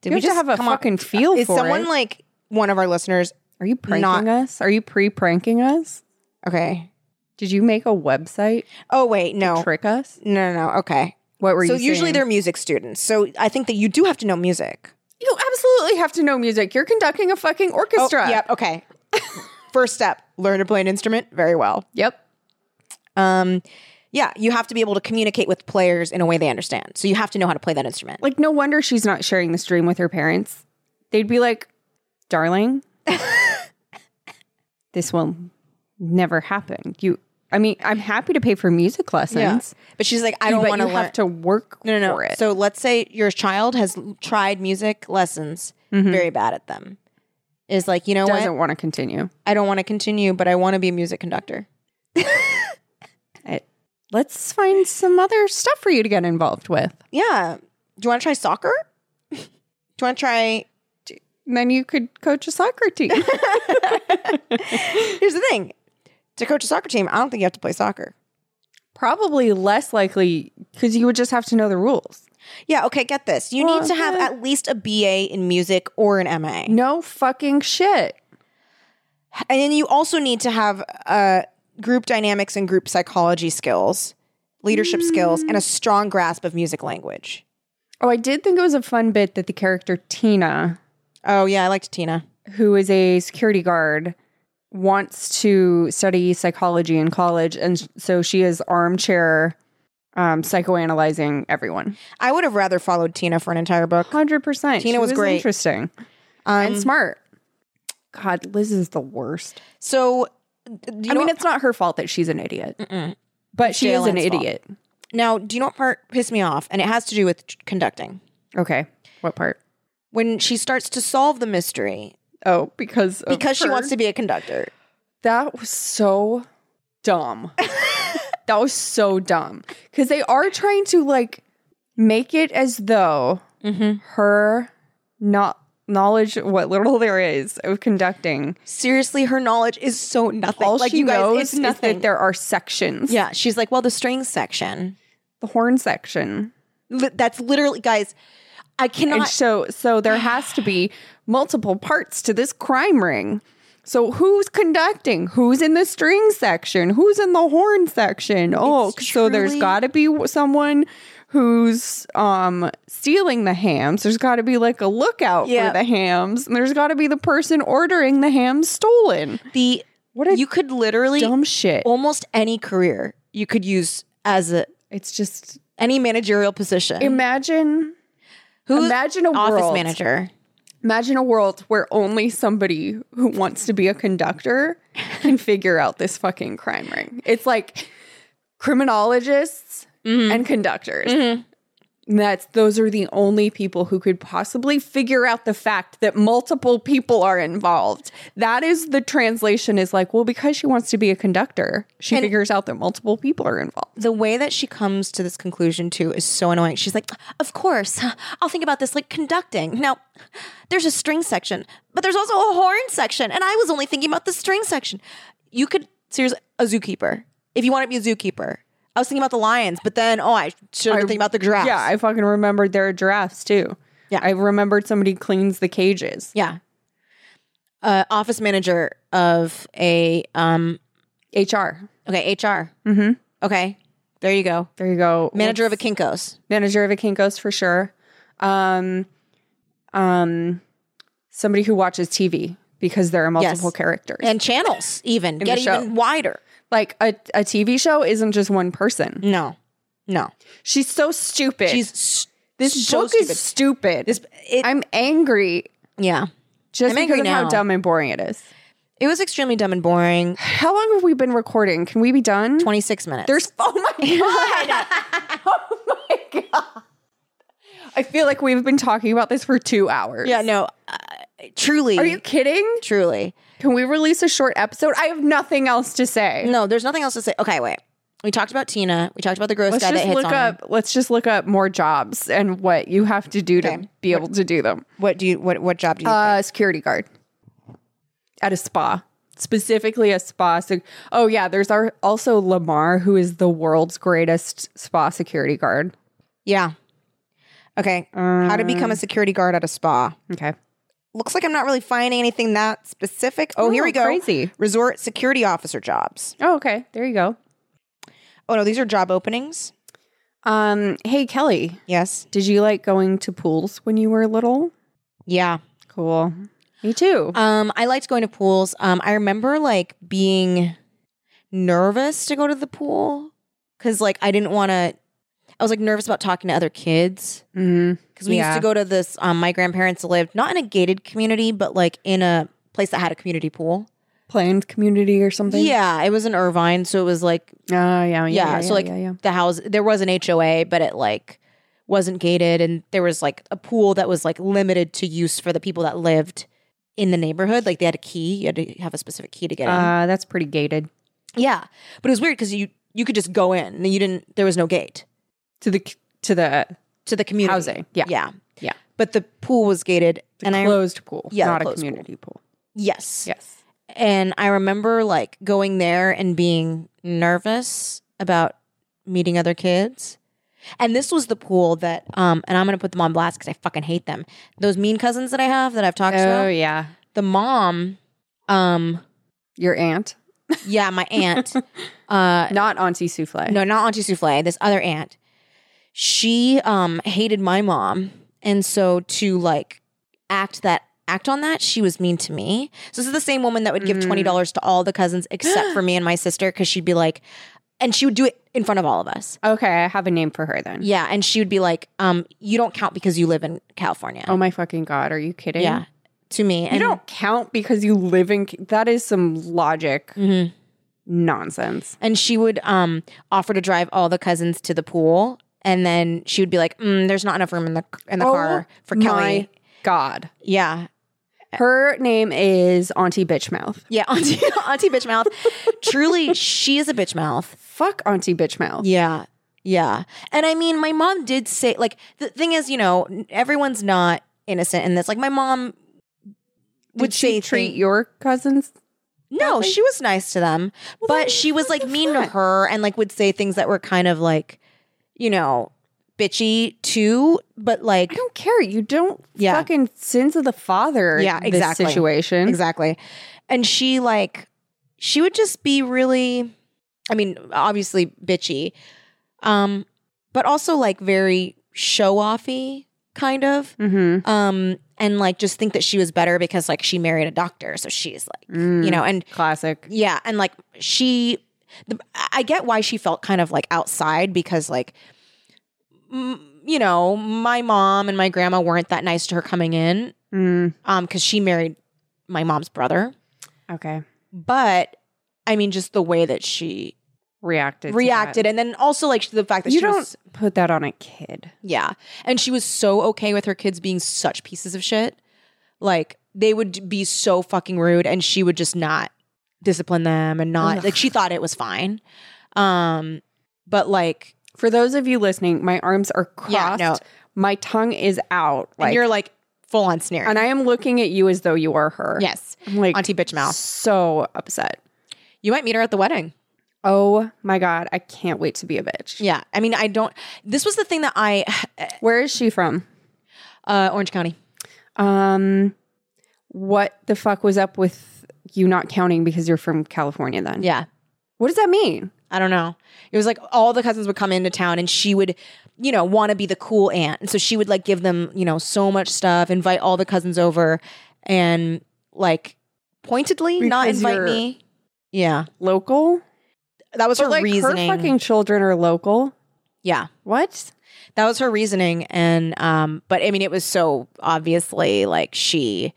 Speaker 2: Did
Speaker 3: you have to have a
Speaker 2: come on-
Speaker 3: fucking feel
Speaker 2: Is
Speaker 3: for
Speaker 2: someone
Speaker 3: it.
Speaker 2: like one of our listeners?
Speaker 3: Are you pranking
Speaker 2: Not-
Speaker 3: us? Are you pre-pranking us?
Speaker 2: Okay.
Speaker 3: Did you make a website
Speaker 2: Oh wait, no,
Speaker 3: trick us?
Speaker 2: no, no, no. Okay.
Speaker 3: What were
Speaker 2: So
Speaker 3: you?
Speaker 2: usually
Speaker 3: saying?
Speaker 2: they're music students. So I think that you do have to know music.
Speaker 3: you absolutely have to know music. You're conducting a fucking orchestra.
Speaker 2: Oh, Yep. Okay. First step: learn to play an instrument very well.
Speaker 3: Yep.
Speaker 2: Um, yeah, you have to be able to communicate with players in a way they understand. So you have to know how to play that instrument.
Speaker 3: Like no wonder she's not sharing this dream with her parents. They'd be like, "Darling, this will never happen." You I mean, I'm happy to pay for music lessons.
Speaker 2: But she's like, I don't
Speaker 3: but
Speaker 2: want to
Speaker 3: you
Speaker 2: learn.
Speaker 3: have to work
Speaker 2: no, no,
Speaker 3: for
Speaker 2: no.
Speaker 3: it.
Speaker 2: So let's say your child has l- tried music lessons, very bad at them. Is like, you know
Speaker 3: doesn't
Speaker 2: what?
Speaker 3: want to continue.
Speaker 2: I don't want to continue, but I want to be a music conductor.
Speaker 3: I- let's find some other stuff for you to get involved with.
Speaker 2: Yeah. Do you want to try soccer? Do you want to try?
Speaker 3: And then you could coach a soccer team.
Speaker 2: Here's the thing: to coach a soccer team, I don't think you have to play soccer.
Speaker 3: Probably less likely because you would just have to know the rules.
Speaker 2: Yeah. Okay. Get this: you
Speaker 3: Well,
Speaker 2: need to have
Speaker 3: yeah.
Speaker 2: at least a BA in music or an MA.
Speaker 3: No fucking shit.
Speaker 2: And then you also need to have uh, group dynamics and group psychology skills, leadership skills, and a strong grasp of music language.
Speaker 3: Oh, I did think it was a fun bit that the character Tina,
Speaker 2: Oh, yeah, I liked Tina.
Speaker 3: who is a security guard, wants to study psychology in college. And so she is armchair um, psychoanalyzing everyone.
Speaker 2: I would have rather followed Tina for an entire book. Tina
Speaker 3: 100%. She
Speaker 2: was great.
Speaker 3: Interesting
Speaker 2: Um,
Speaker 3: and smart. God, Liz is the worst.
Speaker 2: so, d- do you
Speaker 3: I
Speaker 2: know
Speaker 3: mean,
Speaker 2: what-
Speaker 3: it's not her fault that she's an idiot,
Speaker 2: Mm-mm.
Speaker 3: but she is an
Speaker 2: Jalen's fault.
Speaker 3: idiot.
Speaker 2: now, do you know what part pissed me off? And it has to do with t- conducting.
Speaker 3: Okay. What part?
Speaker 2: When she starts to solve the mystery
Speaker 3: Oh, because of
Speaker 2: because she
Speaker 3: her.
Speaker 2: wants to be a conductor.
Speaker 3: That was so dumb. that was so dumb. Because they are trying to like make it as though
Speaker 2: Mm-hmm.
Speaker 3: her not knowledge, what little there is of conducting,
Speaker 2: Seriously, her knowledge is so nothing.
Speaker 3: all
Speaker 2: like
Speaker 3: she
Speaker 2: you guys,
Speaker 3: knows
Speaker 2: it's
Speaker 3: is
Speaker 2: nothing.
Speaker 3: that there are sections.
Speaker 2: yeah, she's like, well, the string section.
Speaker 3: the horn section.
Speaker 2: Li- that's literally, guys. I
Speaker 3: And
Speaker 2: cannot.
Speaker 3: so, so there has to be multiple parts to this crime ring. So who's conducting? Who's in the string section? Who's in the horn section? Oh,
Speaker 2: It's
Speaker 3: so there's
Speaker 2: truly-
Speaker 3: got to be w- someone who's um stealing the hams. There's got to be like a lookout
Speaker 2: Yep.
Speaker 3: for the hams, and there's got to be the person ordering the hams stolen.
Speaker 2: the
Speaker 3: What a
Speaker 2: you could literally
Speaker 3: dumb shit!
Speaker 2: almost any career you could use as a
Speaker 3: It's just
Speaker 2: any managerial position.
Speaker 3: imagine
Speaker 2: Who's
Speaker 3: imagine a
Speaker 2: office
Speaker 3: world-
Speaker 2: manager?
Speaker 3: Imagine a world where only somebody who wants to be a conductor can figure out this fucking crime ring. It's like criminologists
Speaker 2: Mm-hmm.
Speaker 3: and conductors. And That's those are the only people who could possibly figure out the fact that multiple people are involved. That is the translation is like, well, because she wants to be a conductor, she figures out that multiple people are involved.
Speaker 2: The way that she comes to this conclusion too is so annoying. She's like, "Of course, huh, I'll think about this like conducting." Now, there's a string section, but there's also a horn section, and I was only thinking about the string section. You could seriously a zookeeper if you want to be a zookeeper. I was thinking about the lions, but then oh, I should have been thinking about the giraffes.
Speaker 3: Yeah, I fucking remembered there are giraffes too.
Speaker 2: Yeah.
Speaker 3: I remembered somebody cleans the cages.
Speaker 2: Yeah. Uh, office manager of a um
Speaker 3: HR.
Speaker 2: okay HR.
Speaker 3: Mhm.
Speaker 2: Okay. There you go.
Speaker 3: There you go.
Speaker 2: Manager of a Kinko's.
Speaker 3: manager of a Kinko's for sure. Um, um, somebody who watches TV because there are multiple characters.
Speaker 2: And channels even.
Speaker 3: the
Speaker 2: Get
Speaker 3: show.
Speaker 2: even wider.
Speaker 3: like a, a TV show isn't just one person.
Speaker 2: No. No.
Speaker 3: She's so stupid.
Speaker 2: She's s-
Speaker 3: this
Speaker 2: so
Speaker 3: book
Speaker 2: stupid.
Speaker 3: is stupid.
Speaker 2: This it,
Speaker 3: I'm angry
Speaker 2: yeah.
Speaker 3: just
Speaker 2: I'm
Speaker 3: because
Speaker 2: angry
Speaker 3: of how
Speaker 2: now.
Speaker 3: dumb and boring it is.
Speaker 2: It was extremely dumb and boring.
Speaker 3: How long have we been recording? Can we be done?
Speaker 2: 26 minutes.
Speaker 3: There's oh my god. oh my god. Oh I feel like we've been talking about this for 2 hours.
Speaker 2: Yeah, no. Uh, truly.
Speaker 3: Are you kidding?
Speaker 2: truly.
Speaker 3: Can we release a short episode? I have nothing else to say.
Speaker 2: No, there's nothing else to say. Okay, wait. We talked about Tina. We talked about the gross
Speaker 3: let's
Speaker 2: guy
Speaker 3: just
Speaker 2: that hits
Speaker 3: look
Speaker 2: on him.
Speaker 3: up let's just look up more jobs and what you have to do to
Speaker 2: Okay.
Speaker 3: be able to do them.
Speaker 2: What do you what what job do you
Speaker 3: Uh security guard at a spa. Specifically a spa. So, oh yeah, there's our also Lamar who is the world's greatest spa security guard. Um,
Speaker 2: Yeah. Okay. How to become a security guard at a spa.
Speaker 3: Okay.
Speaker 2: Looks like I'm not really finding anything that specific. Oh, here
Speaker 3: Oh,
Speaker 2: we go.
Speaker 3: crazy.
Speaker 2: Resort security officer jobs.
Speaker 3: Oh, okay. There you go.
Speaker 2: Oh no, these are job openings.
Speaker 3: Um, hey Kelly,
Speaker 2: Yes.
Speaker 3: did you like going to pools when you were little?
Speaker 2: Yeah.
Speaker 3: Cool. Me too.
Speaker 2: Um, I liked going to pools. Um, I remember like being nervous to go to the pool because like I didn't want to. I was like nervous about talking to other kids
Speaker 3: Mhm.
Speaker 2: because we
Speaker 3: Yeah.
Speaker 2: used to go to this. Um, my grandparents lived not in a gated community, but like in a place that had a community pool.
Speaker 3: Planned community or something?
Speaker 2: Yeah, it was in Irvine, so it was like
Speaker 3: Oh, yeah, yeah.
Speaker 2: yeah,
Speaker 3: Yeah.
Speaker 2: so like
Speaker 3: yeah, yeah.
Speaker 2: the house there was an HOA, but it like wasn't gated, and there was like a pool that was like limited to use for the people that lived in the neighborhood. Like they had a key, you had to have a specific key to get in.
Speaker 3: Uh, that's pretty gated.
Speaker 2: Yeah, but it was weird because you you could just go in, and you didn't. There was no gate
Speaker 3: To the to the
Speaker 2: to the community
Speaker 3: Housing, yeah.
Speaker 2: yeah,
Speaker 3: Yeah.
Speaker 2: But the pool was gated, and I
Speaker 3: closed pool,
Speaker 2: Yeah, the
Speaker 3: not a
Speaker 2: closed pool.
Speaker 3: community pool.
Speaker 2: yes,
Speaker 3: Yes.
Speaker 2: and I remember like going there and being nervous about meeting other kids. And this was the pool that, um, and I'm gonna put them on blast because I fucking hate them. Those mean cousins that I have that I've talked
Speaker 3: Oh
Speaker 2: about.
Speaker 3: yeah.
Speaker 2: The mom, um,
Speaker 3: Your aunt,
Speaker 2: yeah, my aunt, uh,
Speaker 3: not Auntie Souffle.
Speaker 2: no, not Auntie Souffle, this other aunt. She um hated my mom. And so to like act that act on that, she was mean to me. So this is the same woman that would give
Speaker 3: Mm.
Speaker 2: twenty dollars to all the cousins except for me and my sister, because she'd be like and she would do it in front of all of us.
Speaker 3: Okay, I have a name for her then.
Speaker 2: Yeah. And she would be like, um, you don't count because you live in California.
Speaker 3: Oh my fucking god, are you kidding?
Speaker 2: yeah. To me.
Speaker 3: You don't count because you live in. That is some logic
Speaker 2: Mhm.
Speaker 3: nonsense.
Speaker 2: and she would um offer to drive all the cousins to the pool and then she would be like mm, there's not enough room in the in the
Speaker 3: Oh
Speaker 2: car for kelly
Speaker 3: My God,
Speaker 2: yeah
Speaker 3: her name is Auntie Bitchmouth.
Speaker 2: yeah auntie auntie bitch mouth truly she is a bitch mouth
Speaker 3: Fuck Auntie Bitchmouth.
Speaker 2: yeah yeah and i mean my mom did say like the thing is you know everyone's not innocent in this like my mom
Speaker 3: Did
Speaker 2: would
Speaker 3: she
Speaker 2: say
Speaker 3: treat
Speaker 2: thing-
Speaker 3: your cousins?
Speaker 2: no she was nice to them
Speaker 3: then
Speaker 2: but she was
Speaker 3: what
Speaker 2: like
Speaker 3: the
Speaker 2: mean to
Speaker 3: fuck?
Speaker 2: her and like would say things that were kind of like you know bitchy too but like
Speaker 3: I don't care. You don't
Speaker 2: Yeah.
Speaker 3: fucking sins of the father.
Speaker 2: Yeah,
Speaker 3: this
Speaker 2: exactly.
Speaker 3: situation.
Speaker 2: Exactly. And she like she would just be really I mean, obviously bitchy. Um but also like very show-offy kind of.
Speaker 3: Mm-hmm.
Speaker 2: Um and like just think that she was better because like she married a doctor, so she's like, you know, and
Speaker 3: Mm. classic.
Speaker 2: yeah, and like she the, I get why she felt kind of like outside because like m- you know, my mom and my grandma weren't that nice to her coming in
Speaker 3: Mm,
Speaker 2: um cuz she married my mom's brother.
Speaker 3: okay.
Speaker 2: but I mean, just the way that she
Speaker 3: Reacted. to
Speaker 2: reacted, and then also like the fact
Speaker 3: that.
Speaker 2: that
Speaker 3: You
Speaker 2: she
Speaker 3: don't
Speaker 2: was,
Speaker 3: put that on a kid.
Speaker 2: yeah, and she was so okay with her kids being such pieces of shit. Like they would be so fucking rude, and she would just not discipline them, and not
Speaker 3: Ugh.
Speaker 2: like she thought it was fine. Um, but like,
Speaker 3: For those of you listening, my arms are
Speaker 2: Yeah,
Speaker 3: crossed.
Speaker 2: no.
Speaker 3: My tongue is out.
Speaker 2: and
Speaker 3: Like,
Speaker 2: you're like full on sneering.
Speaker 3: and I am looking at you as though you are her.
Speaker 2: yes,
Speaker 3: I'm like
Speaker 2: Auntie Bitch Mouth.
Speaker 3: so upset.
Speaker 2: You might meet her at the wedding.
Speaker 3: Oh my god, I can't wait to be a bitch.
Speaker 2: Yeah, I mean, I don't. This was the thing that I,
Speaker 3: Where is she from?
Speaker 2: uh, Orange County.
Speaker 3: Um, what the fuck was up with you not counting because you're from California? Then,
Speaker 2: Yeah,
Speaker 3: What does that mean?
Speaker 2: I don't know. It was like all the cousins would come into town and she would, you know, want to be the cool aunt. And so she would like give them, you know, so much stuff, invite all the cousins over and like pointedly not
Speaker 3: Because
Speaker 2: invite
Speaker 3: you're-
Speaker 2: me. Yeah.
Speaker 3: Local?
Speaker 2: That was her
Speaker 3: But, like
Speaker 2: reasoning.
Speaker 3: her fucking children are local.
Speaker 2: yeah.
Speaker 3: What?
Speaker 2: That was her reasoning. And, um, but I mean, it was so obviously like she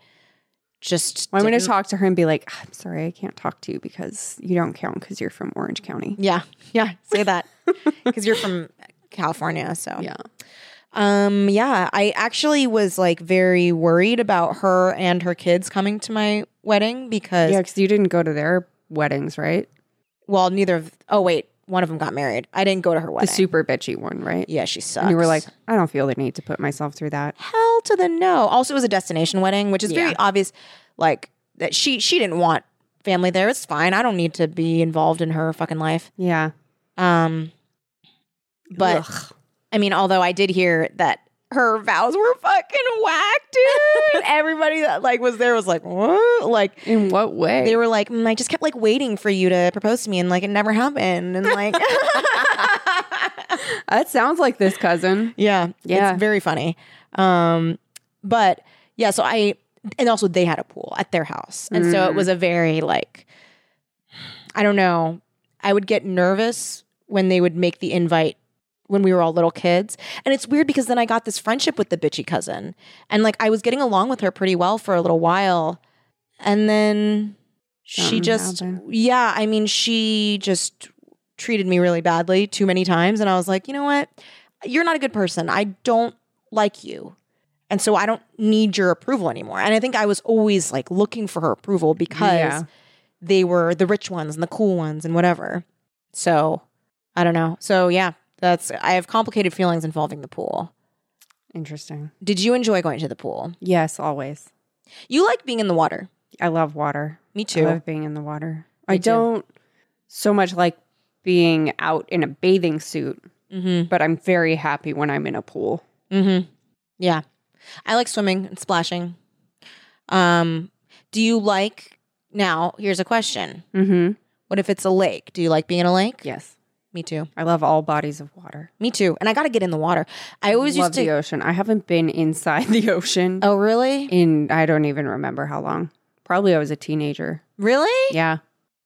Speaker 2: just.
Speaker 3: Well, I'm going to
Speaker 2: didn't-
Speaker 3: talk to her and be like, "Ah, I'm sorry, I can't talk to you because you don't count because you're from Orange County.
Speaker 2: Yeah. Yeah. Say that. Cause you're from California. So,
Speaker 3: Yeah.
Speaker 2: Um, yeah, I actually was like very worried about her and her kids coming to my wedding because,
Speaker 3: Yeah, because you didn't go to their weddings, right?
Speaker 2: well, neither of, oh, wait, one of them got married. I didn't go to her
Speaker 3: The
Speaker 2: wedding.
Speaker 3: super bitchy one, right?
Speaker 2: yeah, she sucks.
Speaker 3: And you were like, I don't feel the need to put myself through that.
Speaker 2: hell to the no. Also, it was a destination wedding, which is very
Speaker 3: Yeah.
Speaker 2: obvious, like that she, she didn't want family there. It's fine. I don't need to be involved in her fucking life.
Speaker 3: Yeah.
Speaker 2: Um, but I mean, although I did hear that her vows were fucking whack, dude. Everybody that like was there was like, what? Like,
Speaker 3: in what way?
Speaker 2: they were like, mm, I just kept like waiting for you to propose to me, and like it never happened, and like,
Speaker 3: that sounds like this cousin.
Speaker 2: yeah,
Speaker 3: Yeah.
Speaker 2: it's very funny. Um, but yeah, so I and also they had a pool at their house, and so it was a very like, I don't know, I would get nervous when they would make the invite when we were all little kids. And it's weird because then I got this friendship with the bitchy cousin. And like I was getting along with her pretty well for a little while. And then she
Speaker 3: Something
Speaker 2: just
Speaker 3: happened.
Speaker 2: yeah, I mean she just treated me really badly too many times and I was like, "You know what? You're not a good person. I don't like you." And so I don't need your approval anymore. And I think I was always like looking for her approval because
Speaker 3: Yeah.
Speaker 2: they were the rich ones and the cool ones and whatever. So I don't know. So yeah, that's I have complicated feelings involving the pool.
Speaker 3: Interesting.
Speaker 2: Did you enjoy going to the pool?
Speaker 3: Yes, always.
Speaker 2: You like being in the water.
Speaker 3: I love water.
Speaker 2: Me
Speaker 3: I
Speaker 2: too.
Speaker 3: love being in the water.
Speaker 2: Me
Speaker 3: I
Speaker 2: too.
Speaker 3: don't so much like being out in a bathing suit,
Speaker 2: Mm-hmm.
Speaker 3: but I'm very happy when I'm in a pool.
Speaker 2: Mm-hmm. Yeah. I like swimming and splashing. Um, do you like now, here's a question.
Speaker 3: Mm-hmm.
Speaker 2: What if it's a lake? Do you like being in a lake?
Speaker 3: Yes.
Speaker 2: Me too.
Speaker 3: I love all bodies of water.
Speaker 2: Me too. And I gotta get in the water. I always
Speaker 3: love
Speaker 2: used to
Speaker 3: the ocean. I haven't been inside the ocean
Speaker 2: Oh really?
Speaker 3: in I don't even remember how long. Probably I was a teenager.
Speaker 2: Really?
Speaker 3: Yeah.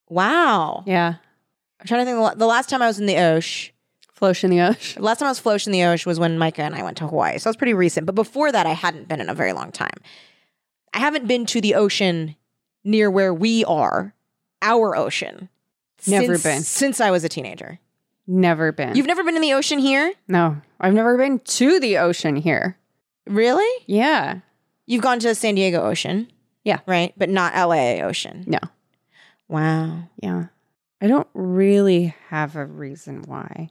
Speaker 2: Wow.
Speaker 3: Yeah.
Speaker 2: I'm trying to think. the la- The last time I was in the Osh,
Speaker 3: Float in the ocean.
Speaker 2: the last time I was floating in the Osh was when Micah and I went to Hawaii. So that was pretty recent. But before that, I hadn't been in a very long time. I haven't been to the ocean near where we are, our ocean.
Speaker 3: Never
Speaker 2: since-
Speaker 3: been.
Speaker 2: Since I was a teenager.
Speaker 3: Never been.
Speaker 2: You've never been in the ocean here?
Speaker 3: no. I've never been to the ocean here.
Speaker 2: Really?
Speaker 3: Yeah.
Speaker 2: You've gone to San Diego Ocean.
Speaker 3: Yeah.
Speaker 2: Right? But not LA Ocean.
Speaker 3: No.
Speaker 2: Wow.
Speaker 3: Yeah. I don't really have a reason why.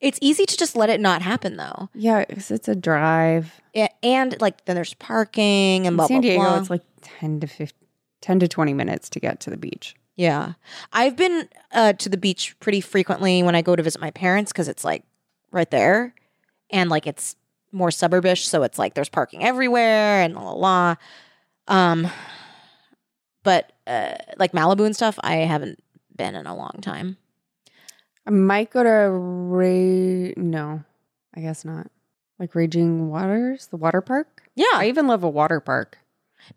Speaker 2: It's easy to just let it not happen though.
Speaker 3: Yeah, because it's a drive.
Speaker 2: A- And like then there's parking and
Speaker 3: In
Speaker 2: blah
Speaker 3: San
Speaker 2: blah
Speaker 3: Diego,
Speaker 2: blah.
Speaker 3: it's like 10 to 15, 10 to 20 minutes to get to the beach.
Speaker 2: Yeah. I've been uh, to the beach pretty frequently when I go to visit my parents because it's like right there and like it's more suburbish. So it's like there's parking everywhere and la la la. Um, but uh, like Malibu and stuff, I haven't been in a long time.
Speaker 3: I might go to Ray. No, I guess not. Like Raging Waters, the water park.
Speaker 2: Yeah.
Speaker 3: I even love a water park.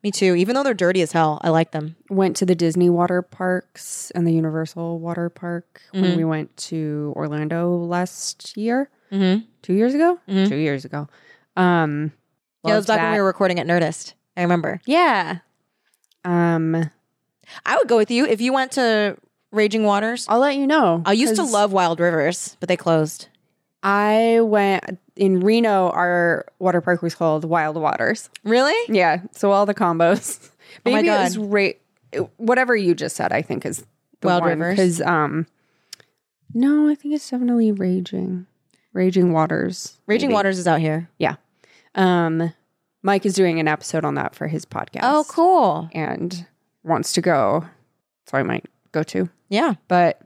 Speaker 2: me too. Even though they're dirty as hell, I like them.
Speaker 3: Went to the Disney water parks and the Universal water park
Speaker 2: Mhm.
Speaker 3: when we went to Orlando last year,
Speaker 2: Mm-hmm.
Speaker 3: two years ago,
Speaker 2: Mhm.
Speaker 3: two years ago. Um,
Speaker 2: Yeah, it was
Speaker 3: loved
Speaker 2: back when we
Speaker 3: that.
Speaker 2: were recording at Nerdist. I remember.
Speaker 3: Yeah. Um,
Speaker 2: I would go with you if you went to Raging Waters.
Speaker 3: I'll let you know.
Speaker 2: I used to
Speaker 3: 'cause
Speaker 2: love Wild Rivers, but they closed.
Speaker 3: I went in Reno. Our water park was called Wild Waters.
Speaker 2: Really?
Speaker 3: Yeah, so all the combos.
Speaker 2: Oh my
Speaker 3: Maybe
Speaker 2: God.
Speaker 3: it was ra- whatever you just said. I think is the
Speaker 2: Wild
Speaker 3: one,
Speaker 2: Rivers?
Speaker 3: 'cause, um, no, I think it's definitely Raging, Raging Waters.
Speaker 2: Raging
Speaker 3: maybe.
Speaker 2: Waters is out here.
Speaker 3: Um, Mike is doing an episode on that for his podcast.
Speaker 2: Oh, cool.
Speaker 3: And wants to go, so I might go too.
Speaker 2: Yeah.
Speaker 3: But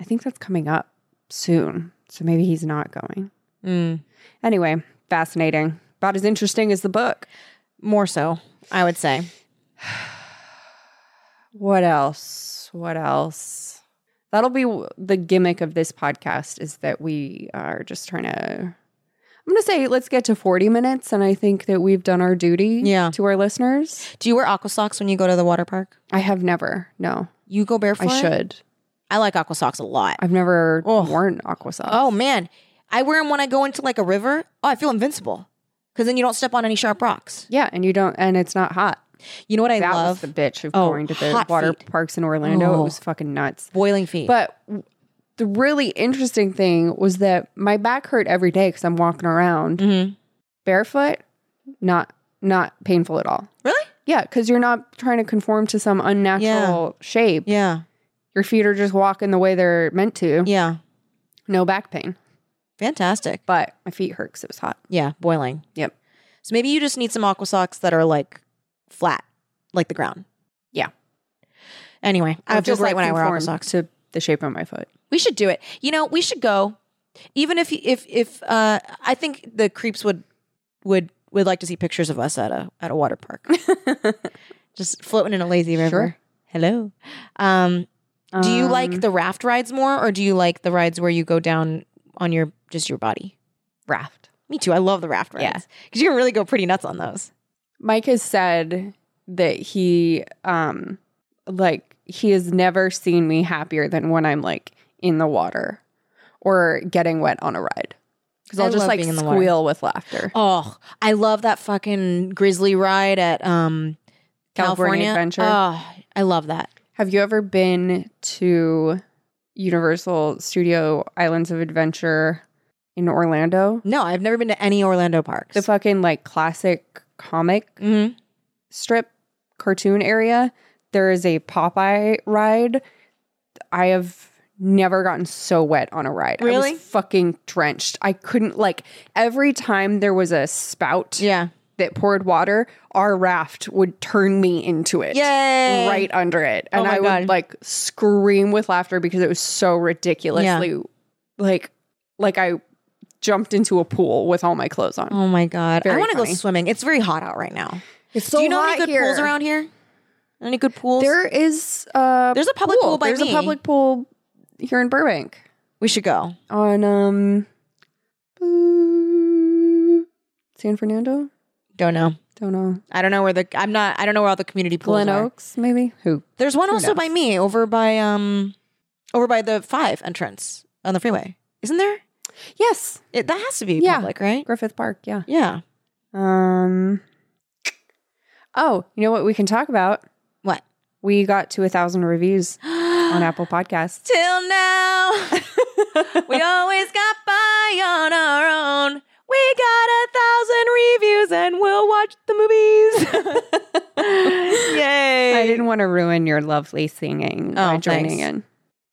Speaker 3: I think that's coming up soon, so maybe he's not going.
Speaker 2: Mm,
Speaker 3: Anyway, fascinating. About as interesting as the book.
Speaker 2: more so, I would say.
Speaker 3: What else? What else? That'll be w- the gimmick of this podcast is that we are just trying to. I'm going to say let's get to 40 minutes, and I think that we've done our duty
Speaker 2: Yeah.
Speaker 3: to our listeners.
Speaker 2: Do you wear aqua socks when you go to the water park?
Speaker 3: I have never. No,
Speaker 2: You go barefoot?
Speaker 3: I should.
Speaker 2: I like aqua socks a lot.
Speaker 3: I've never
Speaker 2: Ugh.
Speaker 3: worn aqua socks.
Speaker 2: Oh man, I wear them when I go into like a river. Oh, I feel invincible because then you don't step on any sharp rocks.
Speaker 3: yeah, and you don't, and it's not hot.
Speaker 2: You know what I
Speaker 3: that
Speaker 2: love?
Speaker 3: was the bitch of
Speaker 2: Oh,
Speaker 3: going to the
Speaker 2: hot
Speaker 3: water
Speaker 2: feet.
Speaker 3: parks in Orlando. It
Speaker 2: Oh.
Speaker 3: was fucking nuts.
Speaker 2: Boiling feet.
Speaker 3: But w- the really interesting thing was that my back hurt every day because I'm walking around
Speaker 2: Mhm.
Speaker 3: barefoot. Not not painful at all.
Speaker 2: really?
Speaker 3: Yeah, because you're not trying to conform to some unnatural shape.
Speaker 2: Yeah,
Speaker 3: Your feet are just walking the way they're meant to.
Speaker 2: yeah,
Speaker 3: No back pain,
Speaker 2: fantastic.
Speaker 3: but my feet hurt because it was hot.
Speaker 2: Yeah, boiling.
Speaker 3: Yep.
Speaker 2: So maybe you just need some aqua socks that are like flat, like the ground.
Speaker 3: Yeah.
Speaker 2: Anyway, I
Speaker 3: Or
Speaker 2: just like when I wear aqua
Speaker 3: conform
Speaker 2: socks.
Speaker 3: to the shape of my foot.
Speaker 2: We should do it. You know, we should go. Even if if if uh, I think the creeps would would would like to see pictures of us at a at a water park, just floating in a lazy river.
Speaker 3: Sure.
Speaker 2: Hello. Um, do you like
Speaker 3: Um,
Speaker 2: the raft rides more, or do you like the rides where you go down on your just your body?
Speaker 3: raft?
Speaker 2: Me too. I love the raft rides
Speaker 3: Yeah.
Speaker 2: because you can really go pretty nuts on those.
Speaker 3: Mike has said that he um like he has never seen me happier than when I'm like in the water or getting wet on a ride. Because
Speaker 2: I
Speaker 3: I'll just
Speaker 2: love
Speaker 3: like
Speaker 2: being in the water.
Speaker 3: squeal with laughter.
Speaker 2: Oh, I love that fucking grizzly ride at um
Speaker 3: California
Speaker 2: California,
Speaker 3: Adventure.
Speaker 2: Oh, I love that.
Speaker 3: Have you ever been to Universal Studio Islands of Adventure in Orlando?
Speaker 2: No, I've never been to any Orlando parks.
Speaker 3: The fucking like classic comic
Speaker 2: Mhm.
Speaker 3: strip cartoon area, there is a Popeye ride. I have never gotten so wet on a ride. I
Speaker 2: Really?
Speaker 3: was fucking drenched. I couldn't like every time there was a spout
Speaker 2: Yeah.
Speaker 3: that poured water, our raft would turn me into it.
Speaker 2: Yay.
Speaker 3: Right under it. And
Speaker 2: my
Speaker 3: I would
Speaker 2: God.
Speaker 3: like scream with laughter because it was so ridiculously like like I jumped into a pool with all my clothes on.
Speaker 2: Oh my god. I
Speaker 3: Very
Speaker 2: want to go
Speaker 3: funny.
Speaker 2: swimming. It's very hot out right now.
Speaker 3: It's so
Speaker 2: Do you know
Speaker 3: hot
Speaker 2: any good
Speaker 3: here.
Speaker 2: pools around here? Any good pools?
Speaker 3: There is uh
Speaker 2: There's a public pool by
Speaker 3: There's
Speaker 2: me.
Speaker 3: a public pool here in Burbank
Speaker 2: we should go.
Speaker 3: on um mm, San Fernando.
Speaker 2: Don't know.
Speaker 3: Don't know
Speaker 2: I don't know where the I'm not I don't know where all the community pools
Speaker 3: Glen
Speaker 2: are.
Speaker 3: Oaks maybe. Who?
Speaker 2: There's one
Speaker 3: Who
Speaker 2: also by
Speaker 3: knows?
Speaker 2: me over by um over by the 5 entrance on the freeway. Isn't there?
Speaker 3: Yes,
Speaker 2: It, that has to be
Speaker 3: Yeah.
Speaker 2: public, right?
Speaker 3: Griffith Park. Yeah.
Speaker 2: Yeah.
Speaker 3: Um. Oh, you know what we can talk about?
Speaker 2: What?
Speaker 3: We got to a thousand reviews on Apple Podcasts.
Speaker 2: Till now, we always got by on our own. We got a thousand reviews and we'll watch the movies. Yay.
Speaker 3: I didn't want to ruin your lovely singing by
Speaker 2: Oh,
Speaker 3: joining
Speaker 2: thanks.
Speaker 3: in.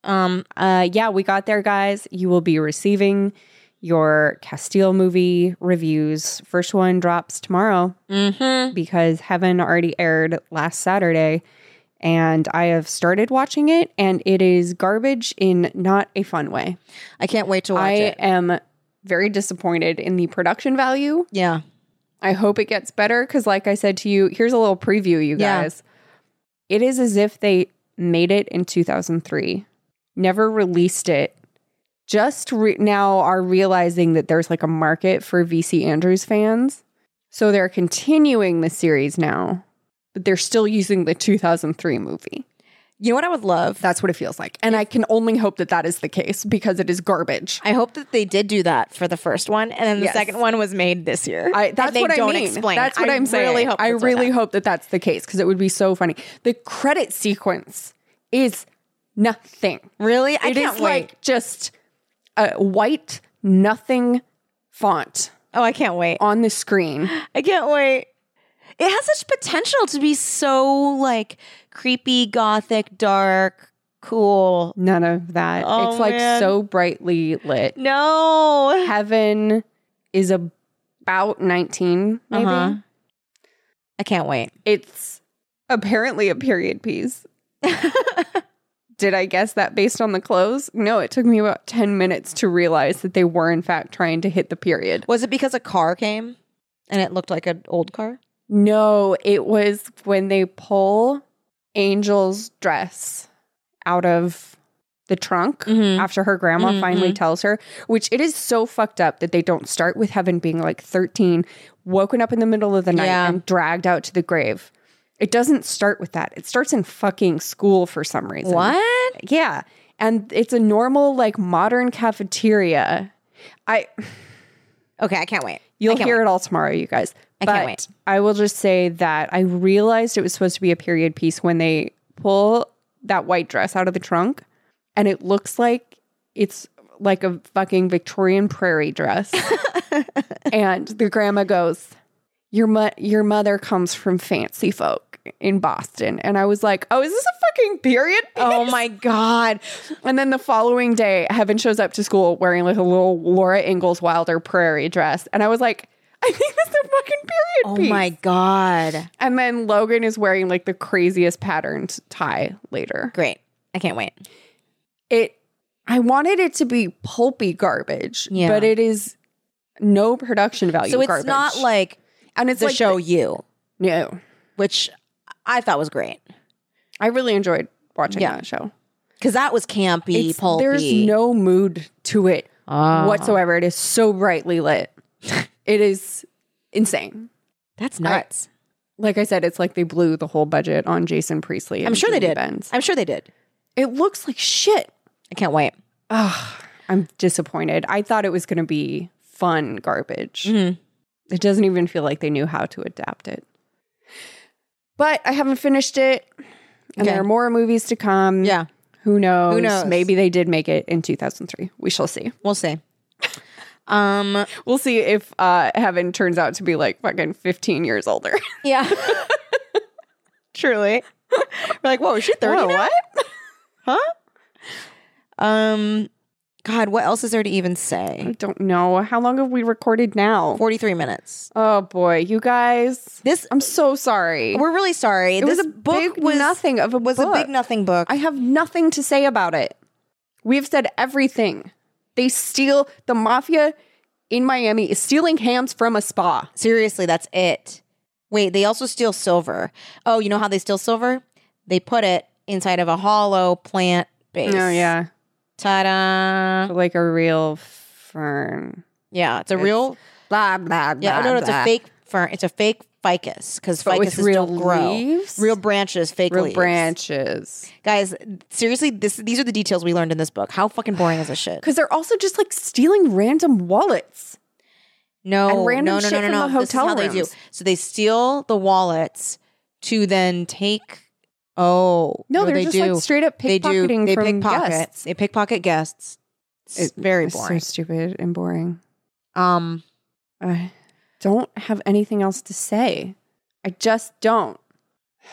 Speaker 2: Um,
Speaker 3: Uh, yeah, we got there, guys. You will be receiving your Castile movie reviews. First one drops tomorrow
Speaker 2: mm-hmm.
Speaker 3: because Heaven already aired last Saturday. And I have started watching it, and it is garbage in not a fun way.
Speaker 2: I can't wait to watch
Speaker 3: I
Speaker 2: it.
Speaker 3: am very disappointed in the production value.
Speaker 2: Yeah.
Speaker 3: I hope it gets better because, like I said to you, here's a little preview, you
Speaker 2: Yeah.
Speaker 3: guys. It is as if they made it in 2003, never released it, just re- now are realizing that there's like a market for VC Andrews fans. So they're continuing the series now, but they're still using the 2003 movie.
Speaker 2: You know what I would love?
Speaker 3: That's what it feels like. And I can only hope that that is the case because it is garbage.
Speaker 2: I hope that they did do that for the first one, and then the
Speaker 3: Yes.
Speaker 2: second one was made this year.
Speaker 3: I,
Speaker 2: And
Speaker 3: that's
Speaker 2: they
Speaker 3: what I
Speaker 2: don't
Speaker 3: mean.
Speaker 2: Explain.
Speaker 3: That's what
Speaker 2: I
Speaker 3: am saying.
Speaker 2: Really hope
Speaker 3: I
Speaker 2: that's what
Speaker 3: really
Speaker 2: happened.
Speaker 3: hope that that's the case because it would be so funny. The credit sequence is nothing.
Speaker 2: Really, I
Speaker 3: It
Speaker 2: can't
Speaker 3: is
Speaker 2: wait.
Speaker 3: like just a white nothing font
Speaker 2: oh, I can't wait.
Speaker 3: on the screen.
Speaker 2: I can't wait. It has such potential to be so like creepy, gothic, dark, cool.
Speaker 3: None of that.
Speaker 2: Oh,
Speaker 3: it's like
Speaker 2: man.
Speaker 3: so brightly lit.
Speaker 2: No.
Speaker 3: Heaven is about 19 maybe.
Speaker 2: Uh-huh. I can't wait.
Speaker 3: It's apparently a period piece. Did I guess that based on the clothes? No, it took me about 10 minutes to realize that they were, in fact, trying to hit the period.
Speaker 2: Was it because a car came and it looked like an old car?
Speaker 3: No, it was when they pull Angel's dress out of the trunk
Speaker 2: Mhm.
Speaker 3: after her grandma
Speaker 2: Mhm,
Speaker 3: finally tells her, which it is so fucked up that they don't start with Heaven being like 13, woken up in the middle of the night
Speaker 2: Yeah.
Speaker 3: and dragged out to the grave. It doesn't start with that. It starts in fucking school for some reason.
Speaker 2: What?
Speaker 3: Yeah. And it's a normal, like modern cafeteria. I
Speaker 2: Okay, I can't wait.
Speaker 3: You'll
Speaker 2: I can't
Speaker 3: hear it all tomorrow, you guys.
Speaker 2: I
Speaker 3: but
Speaker 2: can't wait.
Speaker 3: I will just say that I realized it was supposed to be a period piece when they pull that white dress out of the trunk and it looks like it's like a fucking Victorian prairie dress. and the grandma goes, your, mo- your mother comes from fancy folk in Boston. And I was like, oh, is this a fucking period piece?
Speaker 2: Oh my god.
Speaker 3: And then the following day, Heaven shows up to school wearing like a little Laura Ingalls Wilder prairie dress. And I was like, I think that's a fucking period
Speaker 2: Oh
Speaker 3: piece.
Speaker 2: my god.
Speaker 3: And then Logan is wearing like the craziest patterned tie later.
Speaker 2: Great. I can't wait.
Speaker 3: It I wanted it to be pulpy garbage,
Speaker 2: Yeah.
Speaker 3: but it is no production value
Speaker 2: So it's
Speaker 3: Oh, garbage.
Speaker 2: not like
Speaker 3: and it's
Speaker 2: the
Speaker 3: like
Speaker 2: show You,
Speaker 3: no.
Speaker 2: which I thought was great
Speaker 3: I really enjoyed watching
Speaker 2: Yeah.
Speaker 3: that show.
Speaker 2: because that was campy,
Speaker 3: It's-
Speaker 2: pulpy.
Speaker 3: There's no mood to it
Speaker 2: Ah.
Speaker 3: whatsoever. It is so brightly lit. it is insane.
Speaker 2: That's
Speaker 3: I-
Speaker 2: nuts.
Speaker 3: Like I said, it's like they blew the whole budget on Jason Priestley.
Speaker 2: I'm
Speaker 3: and
Speaker 2: sure they did.
Speaker 3: Julie Benz.
Speaker 2: I'm sure they did.
Speaker 3: It looks like shit.
Speaker 2: I can't wait.
Speaker 3: Ugh, I'm disappointed. I thought it was going to be fun garbage.
Speaker 2: Mhm.
Speaker 3: It doesn't even feel like they knew how to adapt it. But I haven't finished it. And
Speaker 2: Okay.
Speaker 3: there are more movies to come.
Speaker 2: Yeah,
Speaker 3: Who knows?
Speaker 2: Who knows?
Speaker 3: Maybe they did make it in 2003. We shall see.
Speaker 2: we'll see. Um,
Speaker 3: We'll see if uh, Heaven turns out to be like fucking 15 years older.
Speaker 2: yeah. Truly. We're like, whoa, is she 30
Speaker 3: Whoa,
Speaker 2: now? Huh? Um, God, what else is there to even
Speaker 3: I
Speaker 2: say?
Speaker 3: don't know. How long have we recorded now?
Speaker 2: 43 minutes.
Speaker 3: Oh boy, you guys.
Speaker 2: This,
Speaker 3: I'm so sorry.
Speaker 2: we're really sorry.
Speaker 3: it
Speaker 2: this
Speaker 3: was a
Speaker 2: book
Speaker 3: big
Speaker 2: was,
Speaker 3: nothing of a
Speaker 2: was
Speaker 3: book.
Speaker 2: a big nothing book.
Speaker 3: I have nothing to say about it. We've said everything. They steal the mafia in Miami is stealing hams from a spa.
Speaker 2: Seriously, that's it. Wait, they also steal silver. Oh, you know how they steal silver? They put it inside of a hollow plant base. Ta da.
Speaker 3: like a real fern.
Speaker 2: Yeah, it's a real
Speaker 3: Blah blah.
Speaker 2: Yeah,
Speaker 3: blah,
Speaker 2: no, no, it's
Speaker 3: blah.
Speaker 2: a fake fern. It's a fake ficus because
Speaker 3: But with
Speaker 2: ficuses don't grow.
Speaker 3: leaves?
Speaker 2: Real branches, fake
Speaker 3: real
Speaker 2: leaves.
Speaker 3: branches.
Speaker 2: Guys, seriously, this these are the details we learned in this book. How fucking boring is this shit?
Speaker 3: Because they're also just like stealing random wallets.
Speaker 2: No,
Speaker 3: and random
Speaker 2: no, no,
Speaker 3: shit
Speaker 2: no, no, no.
Speaker 3: from the
Speaker 2: this is how
Speaker 3: hotel
Speaker 2: they do.
Speaker 3: rooms.
Speaker 2: So they steal the wallets to then take. Oh
Speaker 3: No, they're
Speaker 2: they
Speaker 3: just
Speaker 2: do.
Speaker 3: like straight up
Speaker 2: they do.
Speaker 3: pickpocketing
Speaker 2: They
Speaker 3: from
Speaker 2: pickpocket.
Speaker 3: guests.
Speaker 2: They pickpocket guests. It's
Speaker 3: It-
Speaker 2: very
Speaker 3: It's
Speaker 2: boring.
Speaker 3: So stupid and boring.
Speaker 2: um,
Speaker 3: I don't have anything else to say. I just don't.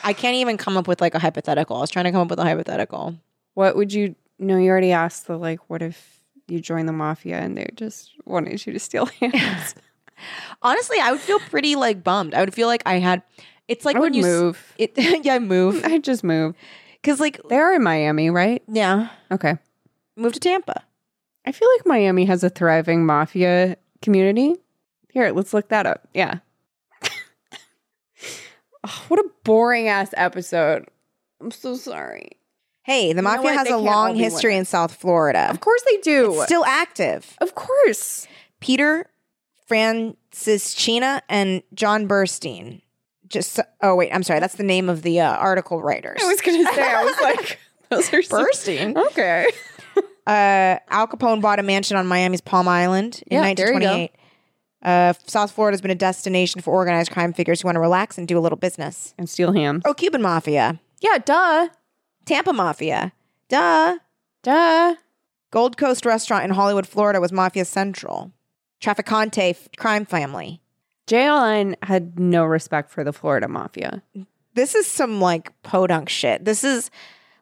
Speaker 2: I can't even come up with like a hypothetical. I was trying to come up with a hypothetical.
Speaker 3: What would you? No, you already asked the like. What if you join the mafia and they just wanted you to steal hands?
Speaker 2: Honestly, I would feel pretty like bummed. I would feel like I had. It's like
Speaker 3: I
Speaker 2: when
Speaker 3: would
Speaker 2: you s-
Speaker 3: move.
Speaker 2: It yeah, move
Speaker 3: I just move.
Speaker 2: because like
Speaker 3: They are in Miami, right?
Speaker 2: yeah,
Speaker 3: Okay.
Speaker 2: move to Tampa.
Speaker 3: I feel like Miami has a thriving mafia community. Here, let's look that up. Yeah. Oh, what a boring ass episode. I'm so sorry.
Speaker 2: Hey, the
Speaker 3: know
Speaker 2: mafia
Speaker 3: what?
Speaker 2: has
Speaker 3: They
Speaker 2: a
Speaker 3: can't all
Speaker 2: long
Speaker 3: be
Speaker 2: history in South Florida.
Speaker 3: Of course they do.
Speaker 2: It's still active.
Speaker 3: of course.
Speaker 2: Peter Franciscina and John Burstein. Just oh wait, I'm sorry. That's the name of the uh, article writers.
Speaker 3: I was gonna say, I was like, those are so-
Speaker 2: Burstein.
Speaker 3: okay.
Speaker 2: uh, Al Capone bought a mansion on Miami's Palm Island in
Speaker 3: Yeah, there you go.
Speaker 2: 1928. Uh, South Florida has been a destination for organized crime figures who want to relax and do a little business.
Speaker 3: And steal hams.
Speaker 2: Oh, Cuban mafia,
Speaker 3: yeah, duh,
Speaker 2: Tampa mafia, duh.
Speaker 3: duh.
Speaker 2: Gold Coast restaurant in Hollywood, Florida was Mafia Central. Trafficante f- crime family.
Speaker 3: JLN had no respect for the Florida mafia.
Speaker 2: This is some like podunk shit. This is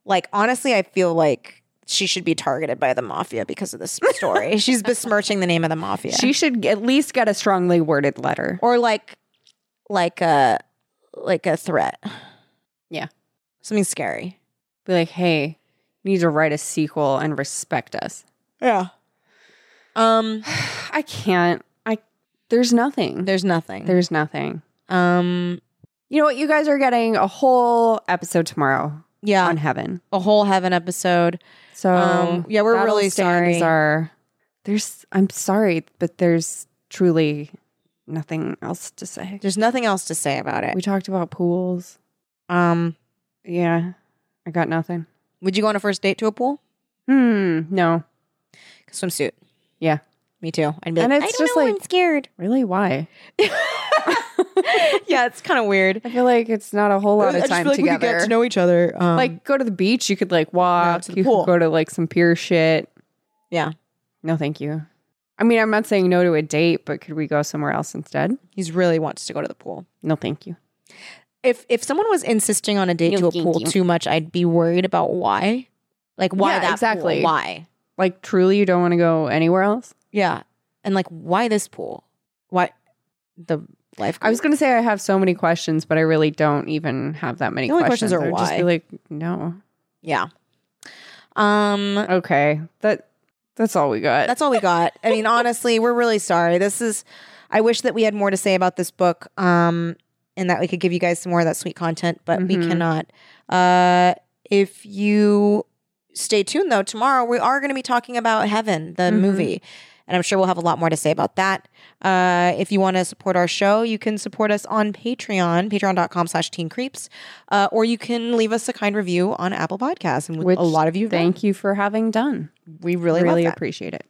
Speaker 2: like honestly, I feel like she should be targeted by the mafia because of this story. She's besmirching the name of the mafia.
Speaker 3: She should at least get a strongly worded letter.
Speaker 2: or like like a like a threat.
Speaker 3: Yeah.
Speaker 2: Something scary.
Speaker 3: Be like, hey, you need to write a sequel and respect us.
Speaker 2: Yeah. Um
Speaker 3: I can't. I there's nothing.
Speaker 2: there's nothing.
Speaker 3: There's nothing.
Speaker 2: um
Speaker 3: You know what? You guys are getting a whole episode tomorrow.
Speaker 2: yeah,
Speaker 3: on heaven.
Speaker 2: a whole heaven episode.
Speaker 3: So
Speaker 2: Um, yeah, we're really sorry.
Speaker 3: Are, there's I'm sorry, but there's truly nothing else to say.
Speaker 2: There's nothing else to say about it.
Speaker 3: We talked about pools.
Speaker 2: Um,
Speaker 3: Yeah, I got nothing.
Speaker 2: would you go on a first date to a pool?
Speaker 3: Hmm. No.
Speaker 2: Swimsuit.
Speaker 3: Yeah.
Speaker 2: Me too. I'd be like,
Speaker 3: And
Speaker 2: I
Speaker 3: it's
Speaker 2: don't
Speaker 3: just
Speaker 2: know,
Speaker 3: like-
Speaker 2: I'm scared.
Speaker 3: Really? Why?
Speaker 2: yeah, it's kind of weird.
Speaker 3: I feel like it's not a whole lot of time together.
Speaker 2: know each other. um,
Speaker 3: like go to the beach. You could like walk.
Speaker 2: to the
Speaker 3: you
Speaker 2: pool.
Speaker 3: could go to like some pier shit.
Speaker 2: Yeah.
Speaker 3: No, thank you. I mean, I'm not saying no to a date, but could we go somewhere else instead?
Speaker 2: he's really wants to go to the pool.
Speaker 3: No, thank you.
Speaker 2: If if someone was insisting on a date to a
Speaker 3: Thank
Speaker 2: pool
Speaker 3: you.
Speaker 2: too much, I'd be worried about why. Like why
Speaker 3: Yeah,
Speaker 2: that pool?
Speaker 3: exactly.
Speaker 2: Why?
Speaker 3: Like, truly, you don't want to go anywhere else?
Speaker 2: Yeah. And like why this pool? Why the life
Speaker 3: I was going to say I have so many questions, but I really don't even have that many
Speaker 2: The only
Speaker 3: questions.
Speaker 2: questions are
Speaker 3: I would just
Speaker 2: why.
Speaker 3: be like, no.
Speaker 2: Yeah. Um
Speaker 3: Okay. That that's all we got.
Speaker 2: that's all we got. I mean, honestly, we're really sorry. This is I wish that we had more to say about this book. Um and that we could give you guys some more of that sweet content, but we
Speaker 3: Mhm.
Speaker 2: cannot. Uh if you stay tuned though, tomorrow we are going to be talking about Heaven, the
Speaker 3: Mhm.
Speaker 2: movie. And I'm sure we'll have a lot more to say about that. Uh, if you want to support our show, you can support us on Patreon, patreon.com slash teen creeps, uh, or you can leave us a kind review on Apple Podcasts. And
Speaker 3: Which,
Speaker 2: a lot of you have done.
Speaker 3: Thank you for having done.
Speaker 2: We really,
Speaker 3: really
Speaker 2: love that.
Speaker 3: appreciate it.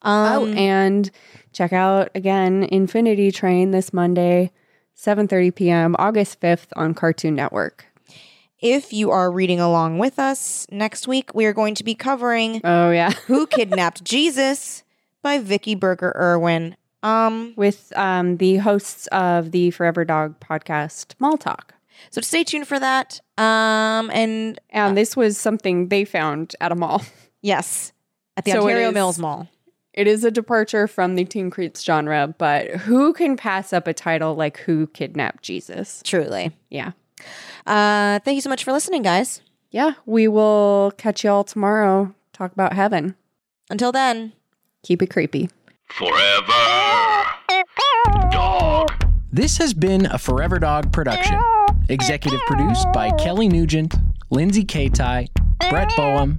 Speaker 2: Um,
Speaker 3: Oh, and check out again Infinity Train this Monday, 7:30 p.m. August 5th on Cartoon Network.
Speaker 2: If you are reading along with us next week, we are going to be covering
Speaker 3: Oh yeah.
Speaker 2: Who Kidnapped Jesus by Vicky Berger Irwin. Um,
Speaker 3: With um, the hosts of the Forever Dog podcast, Mall Talk.
Speaker 2: so stay tuned for that. Um, and
Speaker 3: And this was something they found at a mall.
Speaker 2: yes, at the
Speaker 3: So it
Speaker 2: Ontario
Speaker 3: is-
Speaker 2: Mills Mall.
Speaker 3: It is a departure from the Teen Creeps genre, but who can pass up a title like Who Kidnapped Jesus?
Speaker 2: Truly.
Speaker 3: Yeah.
Speaker 2: Uh, thank you so much for listening, guys.
Speaker 3: Yeah. We will catch y'all tomorrow. Talk about heaven.
Speaker 2: Until then.
Speaker 3: Keep it creepy.
Speaker 1: Forever. Dog.
Speaker 4: This has been a Forever Dog production. Executive produced by Kelly Nugent, Lindsay Katai, Brett Boehm,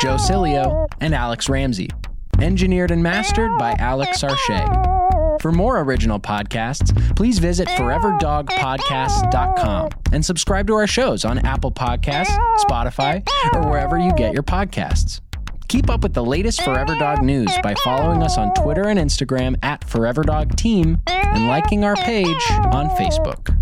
Speaker 4: Joe Cilio, and Alex Ramsey. Engineered and mastered by Alex Sarche. For more original podcasts, please visit foreverdogpodcasts.com and subscribe to our shows on Apple Podcasts, Spotify, or wherever you get your podcasts. Keep up with the latest Forever Dog news by following us on Twitter and Instagram at Forever Dog Team and liking our page on Facebook.